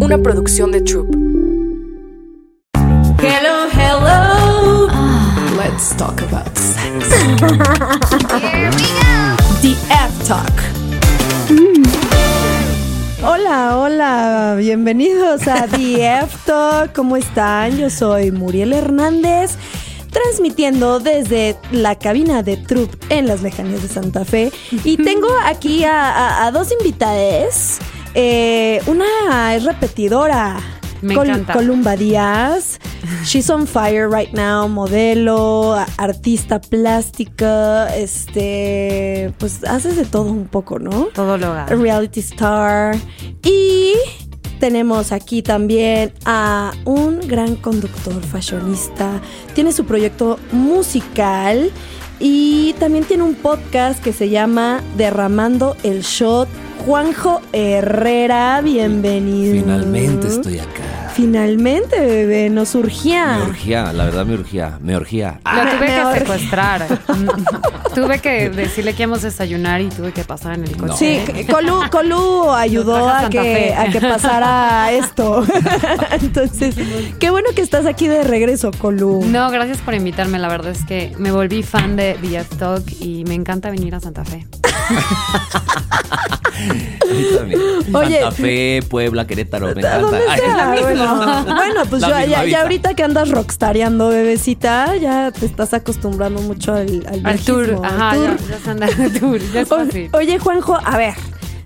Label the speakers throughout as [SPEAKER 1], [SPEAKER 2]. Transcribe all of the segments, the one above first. [SPEAKER 1] una producción de Troop.
[SPEAKER 2] Hello, hello. Let's talk about sex. The F Talk.
[SPEAKER 3] Mm. Hola, hola, bienvenidos a The F Talk. ¿Cómo están? Yo soy Muriel Hernández, transmitiendo desde la cabina de Troop en las lejanías de Santa Fe. Y tengo aquí a, a- a dos invitades. Eh, una es repetidora.
[SPEAKER 4] Me encanta.
[SPEAKER 3] Columba Díaz. She's on fire right now, modelo, a- artista plástica, este, pues haces de todo un poco, ¿no?
[SPEAKER 4] Todo lo haga.
[SPEAKER 3] reality star. Y tenemos aquí también a un gran conductor fashionista. Tiene su proyecto musical y también tiene un podcast que se llama Derramando el Shot. Juanjo Herrera, bienvenido.
[SPEAKER 5] Finalmente estoy acá.
[SPEAKER 3] Finalmente, bebé, nos surgía.
[SPEAKER 5] Me urgía, la verdad me urgía, me urgía. Ah,
[SPEAKER 4] Lo tuve
[SPEAKER 3] Me
[SPEAKER 4] que
[SPEAKER 3] ahorré.
[SPEAKER 4] secuestrar. Mm, tuve que decirle que íbamos a desayunar y tuve que pasar en el coche.
[SPEAKER 5] No.
[SPEAKER 3] Sí, Colu, Colu ayudó
[SPEAKER 4] traje a
[SPEAKER 3] a
[SPEAKER 4] Santa
[SPEAKER 3] que,
[SPEAKER 4] Fe.
[SPEAKER 3] a que pasara esto. Entonces, qué bueno que estás aquí de regreso, Colu.
[SPEAKER 4] No, gracias por invitarme. La verdad es que me volví fan de The F Talk y me encanta venir a Santa Fe.
[SPEAKER 5] a mí también.
[SPEAKER 3] Oye.
[SPEAKER 5] Santa Fe, Puebla, Querétaro, me
[SPEAKER 3] ¿A
[SPEAKER 5] encanta.
[SPEAKER 3] dónde
[SPEAKER 5] Ay,
[SPEAKER 3] sea? Bueno, bueno, pues
[SPEAKER 5] La
[SPEAKER 3] ya,
[SPEAKER 5] misma
[SPEAKER 3] ya- ya
[SPEAKER 5] vida.
[SPEAKER 3] ahorita que andas rockstareando, bebecita, ya te estás acostumbrando mucho al, al,
[SPEAKER 4] Al tour.
[SPEAKER 3] viejismo, al
[SPEAKER 4] Ajá,
[SPEAKER 3] tour.
[SPEAKER 4] ya, ya se anda al tour. Ya es
[SPEAKER 3] O-
[SPEAKER 4] fácil.
[SPEAKER 3] Oye, Juanjo, a ver,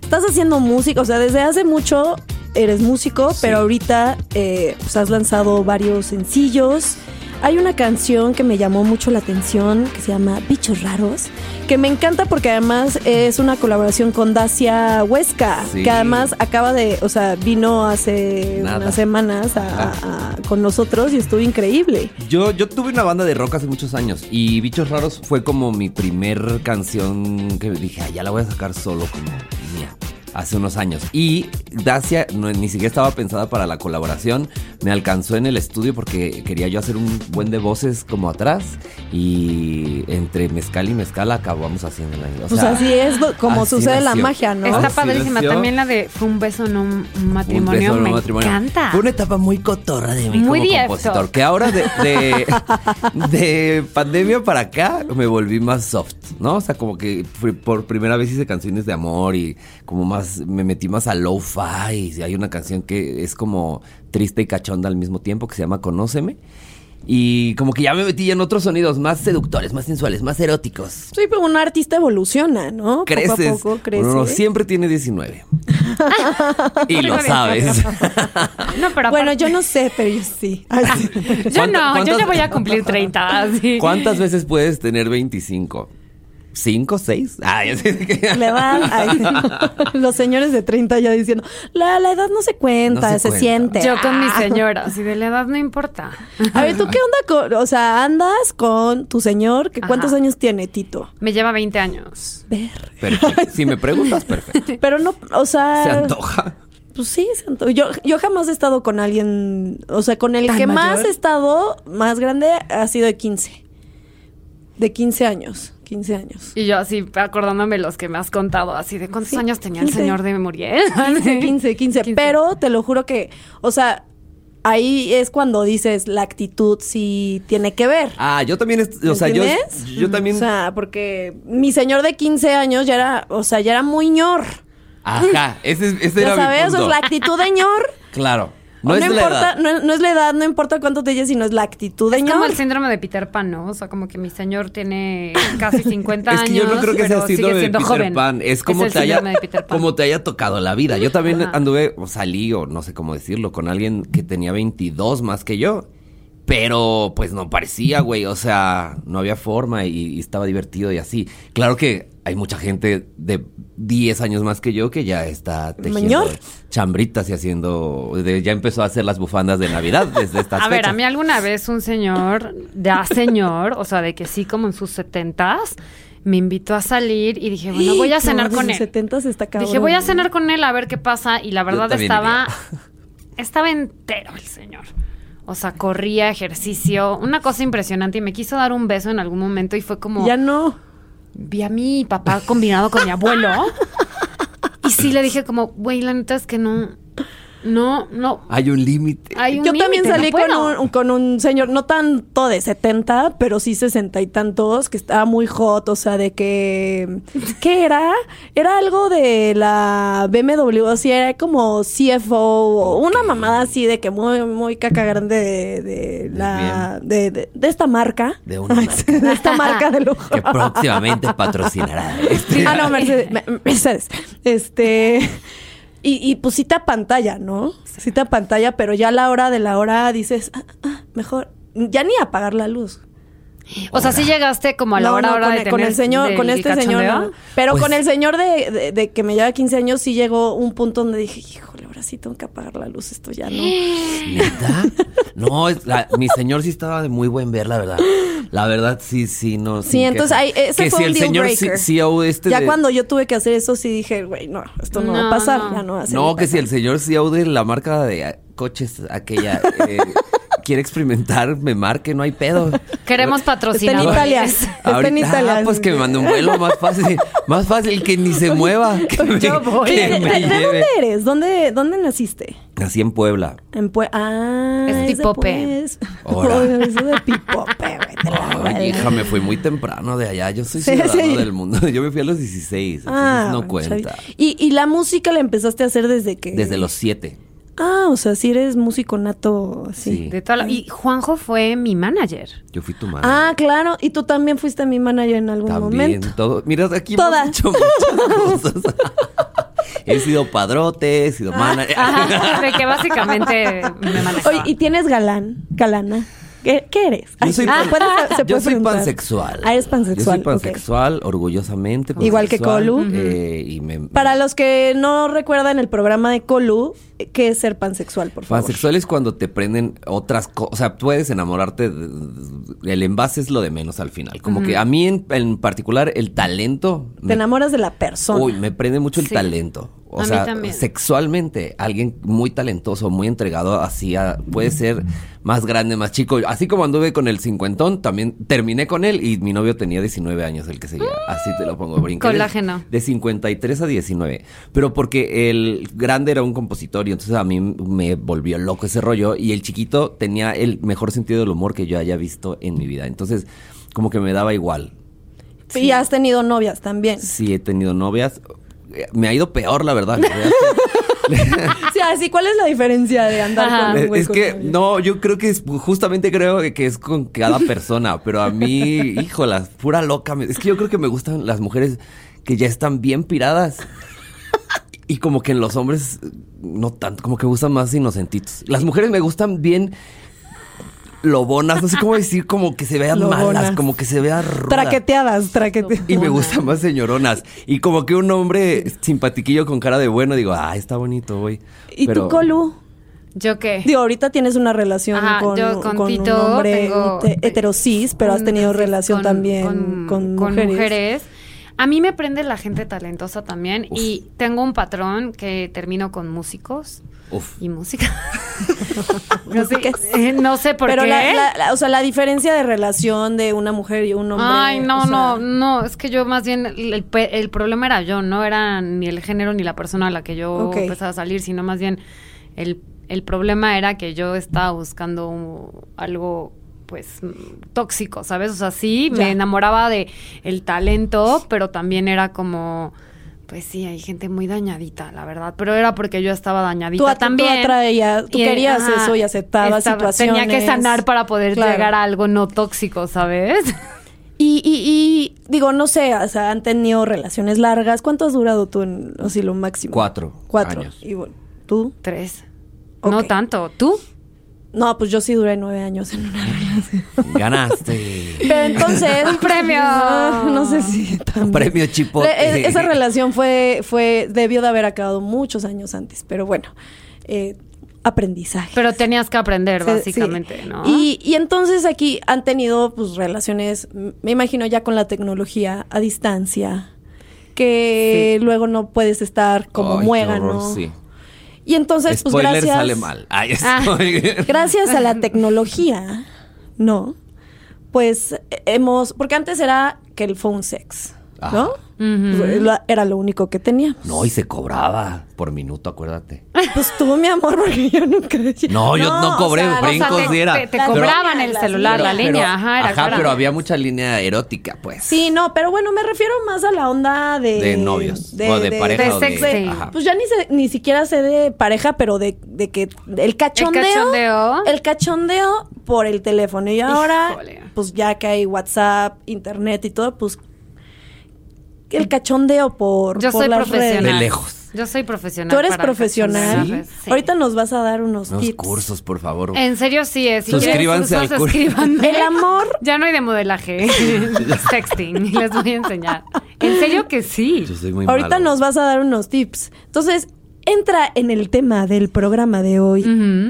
[SPEAKER 3] estás haciendo música, o sea, desde hace mucho eres músico, pero ahorita eh, pues has lanzado varios sencillos. Hay una canción que me llamó mucho la atención que se llama Bichos Raros, que me encanta porque además es una colaboración con Dacia Huesca,
[SPEAKER 5] Sí.
[SPEAKER 3] que además acaba de, o sea, vino hace
[SPEAKER 5] Nada.
[SPEAKER 3] unas semanas a- a- a- con nosotros y estuvo increíble.
[SPEAKER 5] Yo, yo tuve una banda de rock hace muchos años y Bichos Raros fue como mi primer canción que dije, "Ay, ya la voy a sacar solo como mía. Hace unos años. Y Dacia no- ni siquiera estaba pensada para la colaboración. Me alcanzó en el estudio porque quería yo hacer un buen de voces como atrás. Y entre mezcal y mezcal acabamos haciéndola. O
[SPEAKER 3] Pues
[SPEAKER 5] sea,
[SPEAKER 3] así es do- como
[SPEAKER 5] así
[SPEAKER 3] sucede la
[SPEAKER 5] nació.
[SPEAKER 3] magia, ¿no?
[SPEAKER 4] Está
[SPEAKER 5] Sí,
[SPEAKER 4] padrísima.
[SPEAKER 5] nació.
[SPEAKER 4] También la de Fue un beso, no un matrimonio.
[SPEAKER 5] Un beso en
[SPEAKER 4] me
[SPEAKER 5] un matrimonio.
[SPEAKER 4] encanta.
[SPEAKER 5] Fue una etapa muy cotorra de mí
[SPEAKER 4] Muy
[SPEAKER 5] como
[SPEAKER 4] diestro.
[SPEAKER 5] compositor. Que ahora de, de, de pandemia para acá me volví más soft, ¿no? O sea, como que fui- por primera vez hice canciones de amor y como más me metí más a lo-fi. Y hay una canción que es como triste y cachonda al mismo tiempo que se llama Conóceme. Y como que ya me metí en otros sonidos más seductores, más sensuales, más eróticos.
[SPEAKER 3] Sí, pero un artista evoluciona, ¿no?
[SPEAKER 5] Creces.
[SPEAKER 3] Poco a poco crece.
[SPEAKER 5] Uno siempre tiene 19. y lo
[SPEAKER 4] Tengo
[SPEAKER 5] sabes.
[SPEAKER 4] No, pero
[SPEAKER 3] Bueno,
[SPEAKER 4] aparte-
[SPEAKER 3] yo no sé, pero yo sí. Ay, sí.
[SPEAKER 4] yo
[SPEAKER 5] ¿Cuánto-
[SPEAKER 4] no, yo
[SPEAKER 5] cuántas-
[SPEAKER 4] ya voy a cumplir 30. así.
[SPEAKER 5] ¿Cuántas veces puedes tener 25? ¿Cinco? ¿Seis? Ay, así que-
[SPEAKER 3] Le va- ay, sí. Los señores de 30 ya diciendo, la, la edad no se cuenta, se,
[SPEAKER 5] No se cuenta".
[SPEAKER 3] siente.
[SPEAKER 4] Yo con mi
[SPEAKER 3] Ah.
[SPEAKER 4] señora, si de la edad no importa.
[SPEAKER 3] A ver, ¿tú qué onda con, o sea, andas con tu señor? que
[SPEAKER 4] Ajá.
[SPEAKER 3] ¿Cuántos años tiene Tito?
[SPEAKER 4] Me lleva 20 años.
[SPEAKER 3] Ver.
[SPEAKER 5] Perfecto. Si me preguntas, perfecto.
[SPEAKER 3] Pero no, o sea...
[SPEAKER 5] Se antoja.
[SPEAKER 3] Pues sí, se anto- Yo, yo jamás he estado con alguien, o sea, con el
[SPEAKER 4] ¿Tan
[SPEAKER 3] que más
[SPEAKER 4] mayor?
[SPEAKER 3] he estado, más grande, ha sido de 15. De 15 años, 15 años.
[SPEAKER 4] Y yo así acordándome los que me has contado, así de cuántos
[SPEAKER 3] Sí,
[SPEAKER 4] años tenía
[SPEAKER 3] 15.
[SPEAKER 4] el señor de Muriel.
[SPEAKER 3] 15, 15, 15. Pero te lo juro que, o sea, ahí es cuando dices la actitud sí tiene que ver.
[SPEAKER 5] Ah, yo también. est- O sea, yo,
[SPEAKER 3] ¿Entiendes?
[SPEAKER 5] yo
[SPEAKER 3] O
[SPEAKER 5] también.
[SPEAKER 3] sea, porque mi señor de 15 años ya era, o sea, ya era muy ñor.
[SPEAKER 5] Ajá. Ese, es- ese
[SPEAKER 3] Ya
[SPEAKER 5] era mi
[SPEAKER 3] sabes, o
[SPEAKER 5] punto.
[SPEAKER 3] sea, la actitud de ñor.
[SPEAKER 5] Claro. No,
[SPEAKER 3] No,
[SPEAKER 5] es la
[SPEAKER 3] importa,
[SPEAKER 5] edad.
[SPEAKER 3] No, es- no es la edad, no importa cuánto te lleves, sino es la actitud de
[SPEAKER 4] Es
[SPEAKER 3] ñor.
[SPEAKER 4] como el síndrome de Peter Pan, ¿no? O sea, como que mi señor tiene casi 50
[SPEAKER 5] Es
[SPEAKER 4] años.
[SPEAKER 5] que yo no creo que sea
[SPEAKER 4] pero sigue
[SPEAKER 5] síndrome de
[SPEAKER 4] siendo
[SPEAKER 5] Peter
[SPEAKER 4] joven.
[SPEAKER 5] Pan. Es como,
[SPEAKER 4] el
[SPEAKER 5] te haya,
[SPEAKER 4] síndrome de Peter Pan.
[SPEAKER 5] como te haya tocado la vida. Yo también
[SPEAKER 4] Ajá.
[SPEAKER 5] anduve, o salí, o no sé cómo decirlo, con alguien que tenía 22 más que yo. Pero pues no parecía, güey. O sea, no había forma y, y estaba divertido y así. Claro que hay mucha gente de 10 años más que yo que ya está tejiendo
[SPEAKER 3] Mañor.
[SPEAKER 5] chambritas y haciendo. de- ya empezó a hacer las bufandas de Navidad desde estas
[SPEAKER 4] A ver, a
[SPEAKER 5] fechas.
[SPEAKER 4] mí alguna vez un señor, ya señor, o sea, de que sí, como en sus setentas, me invitó a salir y dije, bueno, voy a cenar
[SPEAKER 3] No,
[SPEAKER 4] con
[SPEAKER 3] desde
[SPEAKER 4] él.
[SPEAKER 3] 70 está cabrón.
[SPEAKER 4] Dije, voy a cenar con él a ver qué pasa. Y la verdad
[SPEAKER 5] también
[SPEAKER 4] estaba. Estaba entero el señor. O sea, corría, ejercicio, una cosa impresionante. Y me quiso dar un beso en algún momento y fue como.
[SPEAKER 3] Ya no.
[SPEAKER 4] Vi a mi papá combinado con mi abuelo. y sí le dije, como, güey, la neta es que no. No, no.
[SPEAKER 5] Hay un límite.
[SPEAKER 4] Hay un
[SPEAKER 3] Yo también
[SPEAKER 4] límite, no
[SPEAKER 3] salí con,
[SPEAKER 4] puedo.
[SPEAKER 3] un, con un señor, no tanto de 70, pero sí 60 y tantos, que estaba muy hot, o sea, de que... ¿Qué era? Era algo de la BMW, así era como CFO, o una mamada así de que muy, muy caca grande de, de la... De, de- de esta marca.
[SPEAKER 5] De una marca.
[SPEAKER 3] de esta marca de lujo.
[SPEAKER 5] Que próximamente patrocinará. este.
[SPEAKER 3] Ah, no, Mercedes. Me- Mercedes. Este. Y, y pues sí te apantalla, ¿no? Sí te apantalla, pero ya a la hora de la hora dices, "Ah, ah, mejor. Ya ni apagar la luz.
[SPEAKER 4] O sea, sí llegaste como a la
[SPEAKER 3] No,
[SPEAKER 4] hora,
[SPEAKER 3] no,
[SPEAKER 4] hora
[SPEAKER 3] con,
[SPEAKER 4] de
[SPEAKER 3] el- con
[SPEAKER 4] tener
[SPEAKER 3] el señor,
[SPEAKER 4] del
[SPEAKER 3] con este señor.
[SPEAKER 4] cachondeo.
[SPEAKER 3] no. Pero
[SPEAKER 5] Pues-
[SPEAKER 3] con el señor de, de- de que me lleva 15 años, sí llegó un punto donde dije, híjole, ahora sí tengo que apagar la luz, esto ya no.
[SPEAKER 5] ¿Neta? No, es la- mi señor sí estaba de muy buen ver, la verdad. La verdad, sí, sí, no.
[SPEAKER 3] Sí,
[SPEAKER 5] sin
[SPEAKER 3] entonces
[SPEAKER 5] queja.
[SPEAKER 3] ahí, ese
[SPEAKER 5] que
[SPEAKER 3] fue
[SPEAKER 5] si
[SPEAKER 3] un
[SPEAKER 5] el
[SPEAKER 3] deal
[SPEAKER 5] señor
[SPEAKER 3] breaker.
[SPEAKER 5] C- CEO este
[SPEAKER 3] ya
[SPEAKER 5] de-
[SPEAKER 3] cuando yo tuve que hacer eso, sí dije, güey, no, esto no, va
[SPEAKER 4] No,
[SPEAKER 3] a pasar,
[SPEAKER 4] no.
[SPEAKER 3] ya no va a
[SPEAKER 5] No,
[SPEAKER 3] seguir
[SPEAKER 5] que si el
[SPEAKER 3] pasando".
[SPEAKER 5] señor CEO de la marca de ah, coches aquella eh, quiere experimentar, me marque, no hay pedo.
[SPEAKER 4] Queremos
[SPEAKER 3] Está en
[SPEAKER 4] patrocinadores.
[SPEAKER 3] Italia. Está en
[SPEAKER 5] Ahorita,
[SPEAKER 3] Italia.
[SPEAKER 5] ah, pues que me mande un vuelo más fácil, más fácil que ni se mueva. Que me,
[SPEAKER 4] Yo voy.
[SPEAKER 5] que
[SPEAKER 3] Oye, ¿de,
[SPEAKER 5] me
[SPEAKER 3] de- de
[SPEAKER 5] lleve.
[SPEAKER 3] dónde eres? ¿Dónde, dónde naciste?
[SPEAKER 5] Así en Puebla.
[SPEAKER 3] En Pue ah,
[SPEAKER 4] Es
[SPEAKER 3] de
[SPEAKER 4] Pipope.
[SPEAKER 3] Pues.
[SPEAKER 5] Ora.
[SPEAKER 3] Oye, Eso de Pipope, güey. te la
[SPEAKER 5] Ay,
[SPEAKER 3] valgo.
[SPEAKER 5] hija, me fui muy temprano de allá. Yo soy
[SPEAKER 3] Sí,
[SPEAKER 5] ciudadano
[SPEAKER 3] sí.
[SPEAKER 5] del mundo. Yo me fui a los 16.
[SPEAKER 3] Ah,
[SPEAKER 5] entonces pues,
[SPEAKER 3] bueno,
[SPEAKER 5] no cuenta.
[SPEAKER 3] está bien. ¿Y, y la música la empezaste a hacer desde que.
[SPEAKER 5] Desde los 7.
[SPEAKER 3] Ah, o sea, si eres músico nato, así.
[SPEAKER 5] Sí.
[SPEAKER 4] De toda la- Y Juanjo fue mi manager.
[SPEAKER 5] Yo fui tu madre.
[SPEAKER 3] Ah, claro. Y tú también fuiste mi manager en algún
[SPEAKER 5] También
[SPEAKER 3] momento.
[SPEAKER 5] todo. Mira, aquí
[SPEAKER 3] Toda.
[SPEAKER 5] hemos hecho muchas cosas. he sido padrote, he sido
[SPEAKER 3] Ah,
[SPEAKER 5] manager.
[SPEAKER 4] Ajá, de que básicamente me
[SPEAKER 3] Oye,
[SPEAKER 4] manejaba.
[SPEAKER 3] y tienes galán, galana. ¿Qué, qué eres?
[SPEAKER 5] Yo
[SPEAKER 3] ¿se
[SPEAKER 5] soy, pan-
[SPEAKER 3] Ah, puede- se
[SPEAKER 5] yo
[SPEAKER 3] puede
[SPEAKER 5] soy
[SPEAKER 3] preguntar?
[SPEAKER 5] pansexual.
[SPEAKER 3] Ah, eres
[SPEAKER 5] Yo soy
[SPEAKER 3] pansexual. ok.
[SPEAKER 5] pansexual, orgullosamente.
[SPEAKER 3] Igual que
[SPEAKER 5] pansexual,
[SPEAKER 3] Colu.
[SPEAKER 5] eh, y me-
[SPEAKER 3] Para los que no recuerdan el programa de Colu, ¿qué es ser pansexual, por favor?
[SPEAKER 5] Pansexual es cuando te prenden otras cosas. O sea, puedes enamorarte. de- de- el envase es lo de menos al final. Como que a mí en, en particular el talento.
[SPEAKER 3] Te
[SPEAKER 5] me-
[SPEAKER 3] enamoras de la persona.
[SPEAKER 5] Uy, me prende mucho el
[SPEAKER 4] Sí.
[SPEAKER 5] talento. O
[SPEAKER 4] A mí
[SPEAKER 5] sea,
[SPEAKER 4] también.
[SPEAKER 5] sexualmente, alguien muy talentoso, muy entregado, así a- puede ser más grande, más chico. Así como anduve con el cincuentón, también terminé con él y mi novio tenía 19 años, el que seguía. Así te lo pongo, brinqué. de-
[SPEAKER 4] Mm. Colágeno.
[SPEAKER 5] De 53 a 19. Pero porque el grande era un compositor y entonces a mí me volvió loco ese rollo y el chiquito tenía el mejor sentido del humor que yo haya visto en mi vida. Entonces, como que me daba igual.
[SPEAKER 3] Y has tenido novias también.
[SPEAKER 5] Sí, he tenido novias. Eh, Me ha ido peor, la verdad.
[SPEAKER 3] Sí, así, ¿cuál es la diferencia de andar
[SPEAKER 4] Ajá.
[SPEAKER 3] con un güey
[SPEAKER 5] es
[SPEAKER 3] con
[SPEAKER 5] que,
[SPEAKER 3] novia?
[SPEAKER 5] no, yo creo que es, justamente creo que es con cada persona, pero a mí, híjolas, pura loca. me- Es que yo creo que me gustan las mujeres que ya están bien piradas. Y como que en los hombres, no tanto, como que me gustan más inocentitos. Las mujeres me gustan bien lobonas, no sé cómo decir, como que se vean malas,
[SPEAKER 3] Lobonas.
[SPEAKER 5] como que se vean rudas.
[SPEAKER 3] Traqueteadas, traqueteadas.
[SPEAKER 5] Y me gustan más señoronas. Y como que un hombre simpatiquillo con cara de bueno, digo, ah, está bonito, güey.
[SPEAKER 3] ¿Y
[SPEAKER 5] Pero-
[SPEAKER 3] tú, Colu?
[SPEAKER 4] ¿Yo qué?
[SPEAKER 3] Digo, ahorita tienes una relación
[SPEAKER 4] Ajá,
[SPEAKER 3] con,
[SPEAKER 4] yo con
[SPEAKER 3] con
[SPEAKER 4] Tito
[SPEAKER 3] un hombre
[SPEAKER 4] tengo-
[SPEAKER 3] te- heterosis, pero has tenido
[SPEAKER 4] con-
[SPEAKER 3] relación
[SPEAKER 4] Este, con-
[SPEAKER 3] también con, mujeres.
[SPEAKER 4] A mí me prende la gente talentosa también
[SPEAKER 5] Uf.
[SPEAKER 4] y tengo un patrón que termino con músicos
[SPEAKER 5] Uf.
[SPEAKER 4] y música. no, sé, eh, no sé por
[SPEAKER 3] pero
[SPEAKER 4] qué.
[SPEAKER 3] La, la- la- o sea, la diferencia de relación de una mujer y un hombre.
[SPEAKER 4] Ay, no,
[SPEAKER 3] o sea,
[SPEAKER 4] no, no, es que yo más bien, el, el pe- el problema era yo, no era ni el género ni la persona a la que yo
[SPEAKER 3] Ok.
[SPEAKER 4] empezaba a salir, sino más bien el, el problema era que yo estaba buscando un- algo pues mm, tóxico, ¿sabes? O sea, sí,
[SPEAKER 3] Ya.
[SPEAKER 4] me enamoraba de el talento, pero también era como... Pues sí, hay gente muy dañadita, la verdad. Pero era porque yo estaba dañadita
[SPEAKER 3] Tú at- tú
[SPEAKER 4] también.
[SPEAKER 3] atraías- tú
[SPEAKER 4] eh,
[SPEAKER 3] querías eso y aceptabas
[SPEAKER 4] Tenía que
[SPEAKER 3] situaciones.
[SPEAKER 4] sanar para poder
[SPEAKER 3] Claro.
[SPEAKER 4] llegar a algo no tóxico, ¿sabes?
[SPEAKER 3] Y, y, y, digo, no sé, o sea, han tenido relaciones largas. ¿Cuánto has durado tú en, o si lo máximo?
[SPEAKER 5] Cuatro
[SPEAKER 3] Cuatro.
[SPEAKER 5] años.
[SPEAKER 3] Y bueno, ¿tú?
[SPEAKER 4] Tres.
[SPEAKER 3] Ok.
[SPEAKER 4] No tanto. ¿Tú?
[SPEAKER 3] No, pues yo sí duré nueve años en una relación.
[SPEAKER 5] Ganaste.
[SPEAKER 3] Pero entonces.
[SPEAKER 4] Un premio.
[SPEAKER 3] No sé si también.
[SPEAKER 5] Un premio chipote.
[SPEAKER 3] Le- e- Esa relación fue, fue, debió de haber acabado muchos años antes, pero bueno, eh, aprendizaje.
[SPEAKER 4] Pero tenías que aprender,
[SPEAKER 3] Se-
[SPEAKER 4] básicamente,
[SPEAKER 3] sí.
[SPEAKER 4] ¿no?
[SPEAKER 3] Y, y entonces aquí han tenido pues relaciones, m- me imagino ya con la tecnología a distancia, que luego no puedes estar como
[SPEAKER 5] Ay, qué
[SPEAKER 3] muégano.
[SPEAKER 5] horror, sí.
[SPEAKER 3] Y entonces,
[SPEAKER 5] Spoiler
[SPEAKER 3] pues gracias.
[SPEAKER 5] sale mal. Ay,
[SPEAKER 4] Ah.
[SPEAKER 5] estoy-
[SPEAKER 3] Gracias a la tecnología, ¿no? Pues eh, hemos, porque antes era que el phone sex.
[SPEAKER 5] Ajá.
[SPEAKER 3] ¿no? Pues, la- Era lo único que tenía.
[SPEAKER 5] Ah. No, y se cobraba por minuto, acuérdate.
[SPEAKER 3] Pues tú, mi amor, porque yo nunca...
[SPEAKER 5] No, yo no cobré,
[SPEAKER 3] o sea,
[SPEAKER 5] brinco. Brincos
[SPEAKER 4] te,
[SPEAKER 5] diera.
[SPEAKER 4] te- te
[SPEAKER 5] Pero-
[SPEAKER 4] cobraban el
[SPEAKER 3] Las
[SPEAKER 4] celular, la
[SPEAKER 5] Pero-
[SPEAKER 4] línea, ajá, era cara.
[SPEAKER 5] pero había mucha línea erótica, pues.
[SPEAKER 3] Sí, no, pero bueno, me refiero más a la onda de...
[SPEAKER 5] De novios, o de pareja,
[SPEAKER 4] o de- ajá.
[SPEAKER 3] Pues ya ni, se- ni siquiera sé de pareja, pero de, de que el cachondeo,
[SPEAKER 4] cachondeo.
[SPEAKER 3] el cachondeo por el teléfono. Y ahora,
[SPEAKER 4] Híjole.
[SPEAKER 3] pues ya que hay WhatsApp, internet y todo, pues el cachondeo por,
[SPEAKER 4] Yo
[SPEAKER 3] por
[SPEAKER 4] soy
[SPEAKER 3] las
[SPEAKER 4] profesional.
[SPEAKER 5] De
[SPEAKER 3] redes.
[SPEAKER 5] lejos.
[SPEAKER 4] Yo soy profesional.
[SPEAKER 3] Tú eres
[SPEAKER 4] para
[SPEAKER 3] profesional.
[SPEAKER 4] cachondear. Sí.
[SPEAKER 3] Ahorita nos vas a dar unos,
[SPEAKER 5] Unos
[SPEAKER 3] tips.
[SPEAKER 5] cursos, por favor.
[SPEAKER 4] En serio, sí es. Si
[SPEAKER 5] Suscríbanse
[SPEAKER 4] quieren
[SPEAKER 5] al
[SPEAKER 4] cursos,
[SPEAKER 5] curso.
[SPEAKER 4] suscríbanme.
[SPEAKER 3] El amor.
[SPEAKER 4] Ya no hay de modelaje. Sexting. Les voy a enseñar. En serio que sí.
[SPEAKER 5] Yo soy muy
[SPEAKER 3] Ahorita
[SPEAKER 5] malo.
[SPEAKER 3] nos vas a dar unos tips. Entonces, entra en el tema del programa de hoy.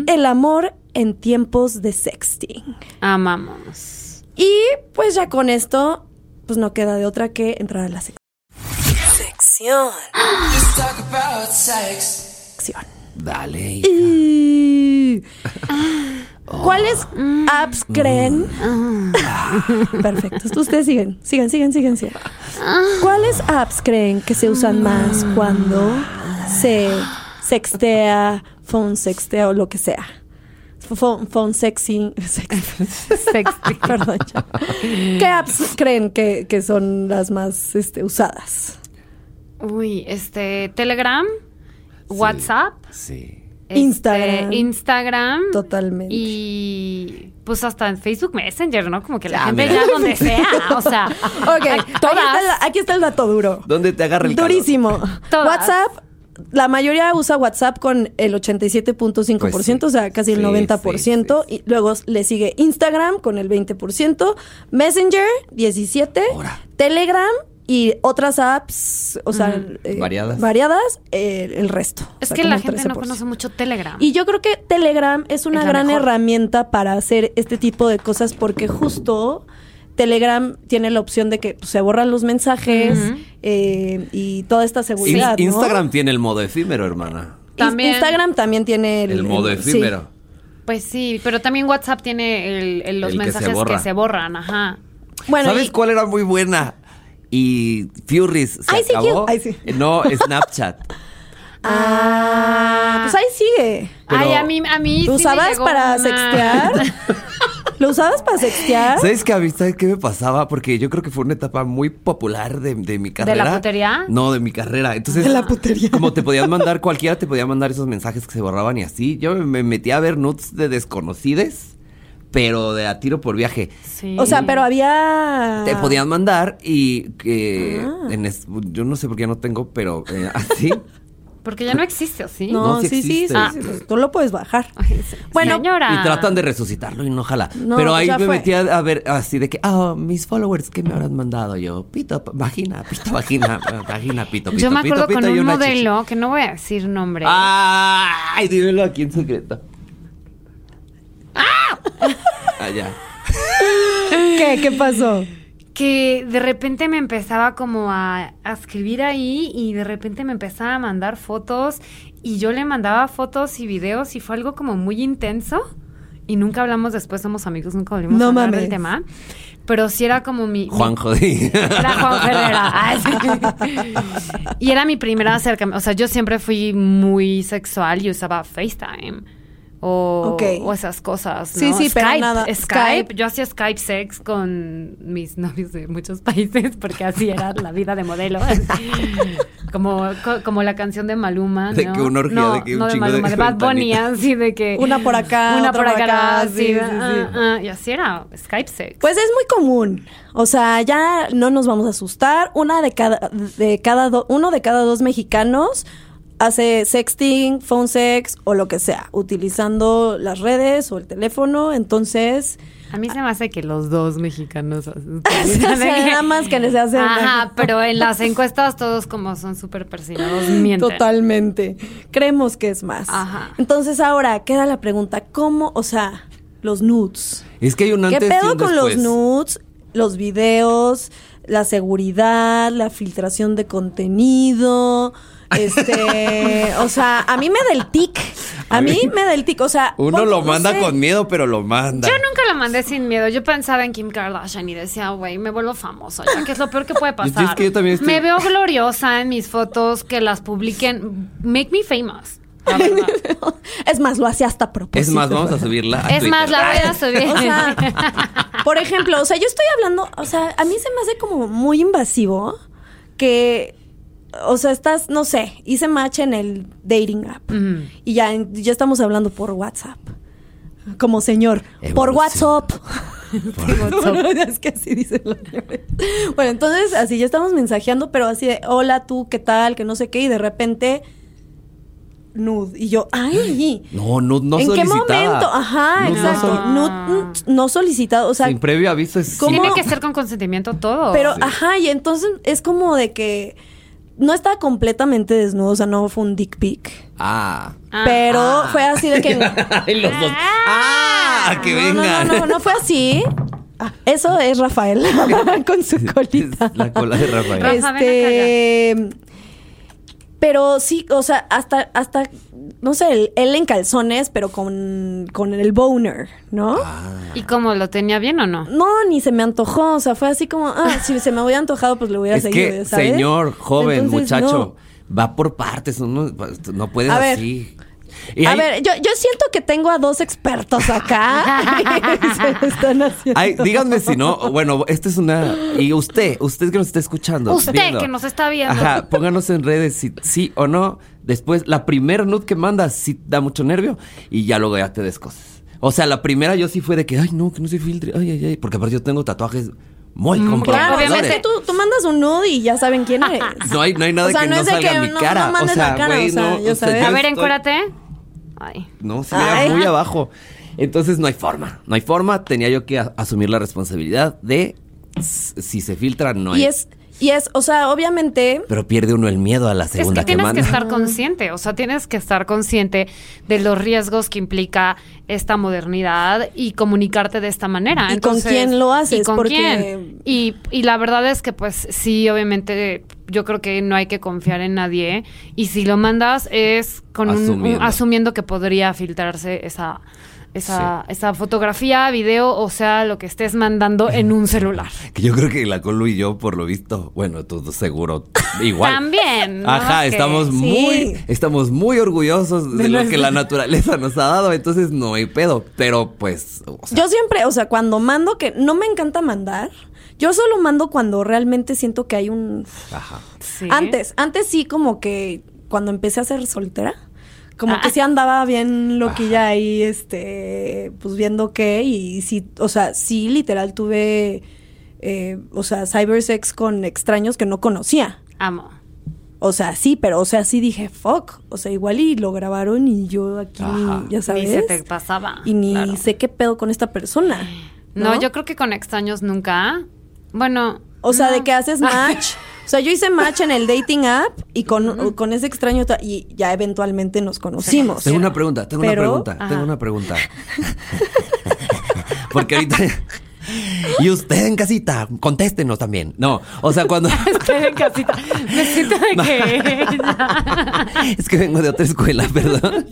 [SPEAKER 3] El amor en tiempos de sexting.
[SPEAKER 4] Amamos.
[SPEAKER 3] Y pues ya con esto, pues no queda de otra que entrar a la sec- sección.
[SPEAKER 5] Dale. hija.
[SPEAKER 3] Y- ¿Cuáles apps creen? Perfecto. Ustedes siguen, sigan, sigan, sigan, sigan. ¿Cuáles apps creen que se usan más cuando se sextea, phone sextea o lo que sea? Phone, phone sexing. sex-
[SPEAKER 4] Sexting.
[SPEAKER 3] Perdón, ya. ¿Qué apps creen que, que son las más este, usadas?
[SPEAKER 4] Uy, este. Telegram. WhatsApp.
[SPEAKER 5] Sí.
[SPEAKER 4] este,
[SPEAKER 3] Instagram.
[SPEAKER 4] Instagram.
[SPEAKER 3] Totalmente.
[SPEAKER 4] Y pues hasta en Facebook Messenger, ¿no? Como que la
[SPEAKER 5] Ya,
[SPEAKER 4] gente
[SPEAKER 5] mira.
[SPEAKER 4] ya donde sea. O sea.
[SPEAKER 3] Ah, Ok,
[SPEAKER 4] ay,
[SPEAKER 3] Aquí, está
[SPEAKER 4] todas.
[SPEAKER 3] el, aquí está el dato duro.
[SPEAKER 5] ¿Dónde te agarra el calor?
[SPEAKER 3] Durísimo.
[SPEAKER 4] Todas.
[SPEAKER 3] WhatsApp, la mayoría usa WhatsApp con el 87.5%,
[SPEAKER 5] Pues sí.
[SPEAKER 3] o sea, casi el
[SPEAKER 5] Sí,
[SPEAKER 3] 90%.
[SPEAKER 5] sí,
[SPEAKER 3] Y luego le sigue Instagram con el 20%, Messenger 17%,
[SPEAKER 5] Ahora.
[SPEAKER 3] Telegram y otras apps, o sea, eh,
[SPEAKER 5] Variadas.
[SPEAKER 3] variadas, eh, el resto. o
[SPEAKER 4] Es
[SPEAKER 3] sea,
[SPEAKER 4] que
[SPEAKER 3] como
[SPEAKER 4] la
[SPEAKER 3] el
[SPEAKER 4] gente no
[SPEAKER 3] 13%.
[SPEAKER 4] conoce mucho Telegram.
[SPEAKER 3] Y yo creo que Telegram es una
[SPEAKER 4] Es la
[SPEAKER 3] gran
[SPEAKER 4] mejor.
[SPEAKER 3] herramienta para hacer este tipo de cosas porque justo Telegram tiene la opción de que pues, se borran los mensajes
[SPEAKER 4] Ujú.
[SPEAKER 3] eh, y toda esta
[SPEAKER 5] In-
[SPEAKER 3] seguridad. ¿no?
[SPEAKER 5] Instagram tiene el modo efímero, hermana.
[SPEAKER 3] Ins-
[SPEAKER 4] También.
[SPEAKER 3] Instagram también tiene el,
[SPEAKER 5] El, modo
[SPEAKER 3] el- sí.
[SPEAKER 5] efímero.
[SPEAKER 4] Pues sí, pero también WhatsApp tiene el- el- los
[SPEAKER 5] El que se
[SPEAKER 4] mensajes que
[SPEAKER 5] borra.
[SPEAKER 4] se borran, ajá.
[SPEAKER 3] Bueno,
[SPEAKER 5] ¿Sabes
[SPEAKER 3] y-
[SPEAKER 5] cuál era muy buena? Y Furries se
[SPEAKER 3] Ay, sí,
[SPEAKER 5] acabó.
[SPEAKER 3] Q.
[SPEAKER 5] Eh,
[SPEAKER 3] Ay, sí.
[SPEAKER 5] No, Snapchat.
[SPEAKER 3] Ah, pues ahí sigue.
[SPEAKER 5] Pero-
[SPEAKER 4] Ay, a mí, a mí. sí
[SPEAKER 3] ¿Lo
[SPEAKER 4] me
[SPEAKER 3] usabas
[SPEAKER 4] llegó
[SPEAKER 3] para
[SPEAKER 4] una-
[SPEAKER 3] sextear? ¿Lo usabas para sextear?
[SPEAKER 5] ¿Sabes qué, a mí, ¿Sabes qué me pasaba? Porque yo creo que fue una etapa muy popular de, de mi carrera.
[SPEAKER 4] putería?
[SPEAKER 5] No, de mi carrera. Entonces,
[SPEAKER 3] De la putería.
[SPEAKER 5] Como te podían mandar, cualquiera te podía mandar esos mensajes que se borraban y así. Yo me- me metí a ver nudes de desconocides, pero de a tiro por viaje.
[SPEAKER 4] Sí.
[SPEAKER 3] O sea, pero había.
[SPEAKER 5] Te podían mandar y que
[SPEAKER 3] Ah.
[SPEAKER 5] en es- yo no sé por qué no tengo, pero eh, así.
[SPEAKER 4] Porque ya no existe, ¿o sí?
[SPEAKER 3] No,
[SPEAKER 5] No, sí
[SPEAKER 3] sí, sí, sí,
[SPEAKER 5] existe.
[SPEAKER 3] sí,
[SPEAKER 4] Ah.
[SPEAKER 3] pues, tú lo puedes bajar.
[SPEAKER 4] Ay, sí.
[SPEAKER 3] Bueno,
[SPEAKER 4] Señora.
[SPEAKER 5] Y tratan de resucitarlo y no jala.
[SPEAKER 3] No,
[SPEAKER 5] pero
[SPEAKER 3] pues
[SPEAKER 5] ahí
[SPEAKER 3] ya
[SPEAKER 5] me
[SPEAKER 3] fue.
[SPEAKER 5] metí a, a ver así de que, ah, mis followers, ¿qué me habrán mandado yo? Pito, p- vagina, pito, vagina, vagina, pito, pito,
[SPEAKER 4] Yo me
[SPEAKER 5] pito,
[SPEAKER 4] acuerdo
[SPEAKER 5] pito,
[SPEAKER 4] con
[SPEAKER 5] y
[SPEAKER 4] un
[SPEAKER 5] una chichi. Ah,
[SPEAKER 4] modelo que no voy a decir nombre.
[SPEAKER 5] Ay, dímelo aquí en secreto. ¡Ah! Allá.
[SPEAKER 3] ¿Qué? ¿Qué pasó?
[SPEAKER 4] que de repente me empezaba como a, a escribir ahí y de repente me empezaba a mandar fotos y yo le mandaba fotos y videos y fue algo como muy intenso y nunca hablamos después, somos amigos, nunca volvimos
[SPEAKER 3] No
[SPEAKER 4] a hablar
[SPEAKER 3] mames.
[SPEAKER 4] del tema. Pero sí era como mi... mi-
[SPEAKER 5] Juan Jodí.
[SPEAKER 4] Era Juan Ferrera. Ay, sí. Y era mi primera acercamiento. O sea, yo siempre fui muy sexual y usaba FaceTime. O,
[SPEAKER 3] Ok.
[SPEAKER 4] o esas cosas. ¿no?
[SPEAKER 3] Sí, sí, pero
[SPEAKER 4] Skype,
[SPEAKER 3] nada-
[SPEAKER 4] Skype.
[SPEAKER 3] Skype.
[SPEAKER 4] Yo hacía Skype sex con mis novios de muchos países porque así era la vida de modelo. como, co- como la canción de Maluma.
[SPEAKER 5] De
[SPEAKER 4] ¿no?
[SPEAKER 5] que una orgía,
[SPEAKER 4] no,
[SPEAKER 5] de que un
[SPEAKER 4] no de
[SPEAKER 5] chingo de
[SPEAKER 4] Maluma, de Bad Bunny,
[SPEAKER 5] ventanitas.
[SPEAKER 4] así de que.
[SPEAKER 3] Una por acá,
[SPEAKER 4] Una
[SPEAKER 3] otra
[SPEAKER 4] por acá. así,
[SPEAKER 3] sí, sí,
[SPEAKER 4] ah,
[SPEAKER 3] sí.
[SPEAKER 4] ah, y así era Skype sex.
[SPEAKER 3] Pues es muy común. O sea, ya no nos vamos a asustar. Una de cada, de cada do- uno de cada dos mexicanos hace sexting, phone sex o lo que sea, utilizando las redes o el teléfono. Entonces,
[SPEAKER 4] A mí se me hace que los dos mexicanos. hacen-
[SPEAKER 3] sea, nada más que les hacen-
[SPEAKER 4] Ajá, pero en las encuestas todos como son súper persinados, mienten.
[SPEAKER 3] totalmente. Creemos que es más.
[SPEAKER 4] Ajá.
[SPEAKER 3] Entonces, ahora queda la pregunta: ¿cómo? O sea, los nudes.
[SPEAKER 5] Es que hay un
[SPEAKER 3] ¿Qué
[SPEAKER 5] antes y
[SPEAKER 3] pedo
[SPEAKER 5] un
[SPEAKER 3] con los
[SPEAKER 5] después.
[SPEAKER 3] nudes? los videos, la seguridad, la filtración de contenido. Este, o sea, a mí me da el tic. A,
[SPEAKER 5] A
[SPEAKER 3] mí,
[SPEAKER 5] mí-
[SPEAKER 3] me da el tic. O sea,
[SPEAKER 5] Uno
[SPEAKER 3] pon-
[SPEAKER 5] lo
[SPEAKER 3] no
[SPEAKER 5] manda
[SPEAKER 3] sé.
[SPEAKER 5] con miedo, pero lo manda.
[SPEAKER 4] Yo nunca lo mandé sin miedo. Yo pensaba en Kim Kardashian y decía, güey, me vuelvo famoso, ya que es lo peor que puede pasar.
[SPEAKER 5] es que yo también estoy-
[SPEAKER 4] Me veo gloriosa en mis fotos, que las publiquen. Make me famous. la verdad.
[SPEAKER 3] Es más, lo hacía hasta a propósito.
[SPEAKER 5] Es más, vamos
[SPEAKER 3] pues,
[SPEAKER 5] a subirla. a
[SPEAKER 4] es más,
[SPEAKER 5] Twitter.
[SPEAKER 4] la voy a
[SPEAKER 5] Ay.
[SPEAKER 4] subir.
[SPEAKER 3] O sea, por ejemplo, o sea, yo estoy hablando, o sea, a mí se me hace como muy invasivo que, o sea, estás, no sé, hice match en el dating app
[SPEAKER 4] Ujú.
[SPEAKER 3] y ya, ya estamos hablando por WhatsApp. Como señor, por
[SPEAKER 5] Evolución.
[SPEAKER 3] WhatsApp. es que así dicen los señores. Bueno, entonces así ya estamos mensajeando, pero así de, hola tú, ¿qué tal? Que no sé qué, y de repente, nude. Y yo, ay.
[SPEAKER 5] No, no, no
[SPEAKER 3] ¿En qué
[SPEAKER 5] solicitada.
[SPEAKER 3] momento? Ajá,
[SPEAKER 5] No, no
[SPEAKER 3] exacto.
[SPEAKER 5] sol-
[SPEAKER 3] No, no, solicitado, o sea,
[SPEAKER 5] Sin previo aviso es.
[SPEAKER 3] ¿Cómo?
[SPEAKER 4] Tiene que ser con consentimiento todo.
[SPEAKER 3] pero
[SPEAKER 5] Sí.
[SPEAKER 3] ajá, y entonces es como de que no estaba completamente desnudo, o sea, no fue un dick pic.
[SPEAKER 5] Ah.
[SPEAKER 4] Ah.
[SPEAKER 3] pero fue así de que
[SPEAKER 5] Ay, los dos. Ah, que
[SPEAKER 3] no, no,
[SPEAKER 5] vengan.
[SPEAKER 3] no, no, no fue así. Ah, eso es Rafael con su colita.
[SPEAKER 5] Es la cola de Rafael.
[SPEAKER 4] Rafa, ven
[SPEAKER 3] Este, pero sí, o sea, hasta, hasta, no sé, él, él en calzones, pero con, con el boner, ¿no?
[SPEAKER 5] Ah.
[SPEAKER 4] ¿Y cómo lo tenía bien o no?
[SPEAKER 3] No, ni se me antojó. O sea, fue así como, ah, si se me hubiera antojado, pues le hubiera
[SPEAKER 5] Es
[SPEAKER 3] seguido.
[SPEAKER 5] que,
[SPEAKER 3] ¿sabes?
[SPEAKER 5] señor, joven,
[SPEAKER 3] Entonces,
[SPEAKER 5] muchacho, va por partes. uno- pues, no puedes
[SPEAKER 3] A ver.
[SPEAKER 5] así.
[SPEAKER 3] no.
[SPEAKER 5] Y
[SPEAKER 3] A
[SPEAKER 5] hay-
[SPEAKER 3] ver, yo, yo siento que tengo a dos expertos acá. y se lo están haciendo.
[SPEAKER 5] Ay, díganme si no. Bueno, esta es una. Y usted, usted que nos está escuchando.
[SPEAKER 4] Usted que nos está viendo.
[SPEAKER 5] Ajá, pónganos en redes si sí o no. Después, la primera nud que mandas sí da mucho nervio y ya luego ya te des cosas. O sea, la primera yo sí fue de que, ay, no, que no se filtre. Ay, ay, ay. Porque aparte yo tengo tatuajes muy
[SPEAKER 3] Mm, Claro,
[SPEAKER 5] comprometedores.
[SPEAKER 3] obviamente tú, tú mandas un nude y ya saben quién eres.
[SPEAKER 5] No hay, no hay nada
[SPEAKER 3] O sea,
[SPEAKER 5] que
[SPEAKER 3] no
[SPEAKER 5] no,
[SPEAKER 3] es de
[SPEAKER 5] salga
[SPEAKER 3] que
[SPEAKER 5] en mi
[SPEAKER 3] no- no
[SPEAKER 5] cara. o
[SPEAKER 3] mandes
[SPEAKER 5] sea,
[SPEAKER 3] la cara,
[SPEAKER 5] güey,
[SPEAKER 3] o sea,
[SPEAKER 5] no.
[SPEAKER 3] ya
[SPEAKER 5] o sea,
[SPEAKER 3] sabes.
[SPEAKER 5] yo
[SPEAKER 4] A ver,
[SPEAKER 5] estoy-
[SPEAKER 4] encuérate. Ay.
[SPEAKER 5] No, si era
[SPEAKER 3] Ay.
[SPEAKER 5] muy abajo. Entonces no hay forma. No hay forma. Tenía yo que a- asumir la responsabilidad de s- si se filtra, no hay.
[SPEAKER 3] Y es, y es, o sea, obviamente.
[SPEAKER 5] Pero pierde uno el miedo a la
[SPEAKER 4] Es
[SPEAKER 5] segunda
[SPEAKER 4] que tienes que
[SPEAKER 5] manda.
[SPEAKER 4] estar consciente, o sea, tienes que estar consciente de los riesgos que implica esta modernidad y comunicarte de esta manera.
[SPEAKER 3] Y con
[SPEAKER 4] Entonces,
[SPEAKER 3] quién lo haces,
[SPEAKER 4] y con
[SPEAKER 3] porque-
[SPEAKER 4] quién. Y, y la verdad es que, pues, sí, obviamente, yo creo que no hay que confiar en nadie. Y si lo mandas es con un- un-
[SPEAKER 5] Asumiendo.
[SPEAKER 4] asumiendo que podría filtrarse esa, esa, esa fotografía, video, o sea, lo que estés mandando en un celular.
[SPEAKER 5] Que yo creo que la Colu y yo, por lo visto, bueno, tú seguro, igual.
[SPEAKER 4] También. ¿no?
[SPEAKER 5] Ajá,
[SPEAKER 4] Que-
[SPEAKER 5] estamos
[SPEAKER 3] sí.
[SPEAKER 5] muy, estamos muy orgullosos de, lo que la naturaleza nos ha dado, entonces no hay pedo. Pero pues, o sea,
[SPEAKER 3] Yo siempre, o sea, cuando mando, que no me encanta mandar, yo solo mando cuando realmente siento que hay un
[SPEAKER 5] ajá.
[SPEAKER 4] Sí.
[SPEAKER 3] Antes, antes sí como que cuando empecé a ser soltera, como
[SPEAKER 4] Ah.
[SPEAKER 3] que sí andaba bien loquilla ahí, este, pues viendo qué, y sí, o sea, sí literal tuve, eh, o sea, cybersex con extraños que no conocía.
[SPEAKER 4] Amo.
[SPEAKER 3] O sea, sí, pero, o sea, sí dije, fuck, o sea, igual y lo grabaron y yo aquí, ni-
[SPEAKER 5] Ajá.
[SPEAKER 3] ya sabes.
[SPEAKER 4] Ni se te pasaba.
[SPEAKER 3] y ni
[SPEAKER 4] claro.
[SPEAKER 3] sé qué pedo con esta persona.
[SPEAKER 4] No,
[SPEAKER 3] ¿no?
[SPEAKER 4] yo creo que con extraños nunca. Bueno.
[SPEAKER 3] O sea,
[SPEAKER 4] no.
[SPEAKER 3] de que haces match. O sea, yo hice match en el dating app y con, con ese extraño ta- y ya eventualmente nos conocimos.
[SPEAKER 5] Tengo una pregunta, tengo
[SPEAKER 3] Pero-
[SPEAKER 5] una pregunta,
[SPEAKER 4] Ajá.
[SPEAKER 5] tengo una pregunta. Porque ahorita. Y usted en casita, contéstenos también. No, o sea, cuando.
[SPEAKER 4] Estoy en casita. Me siento de que.
[SPEAKER 5] es que vengo de otra escuela, perdón.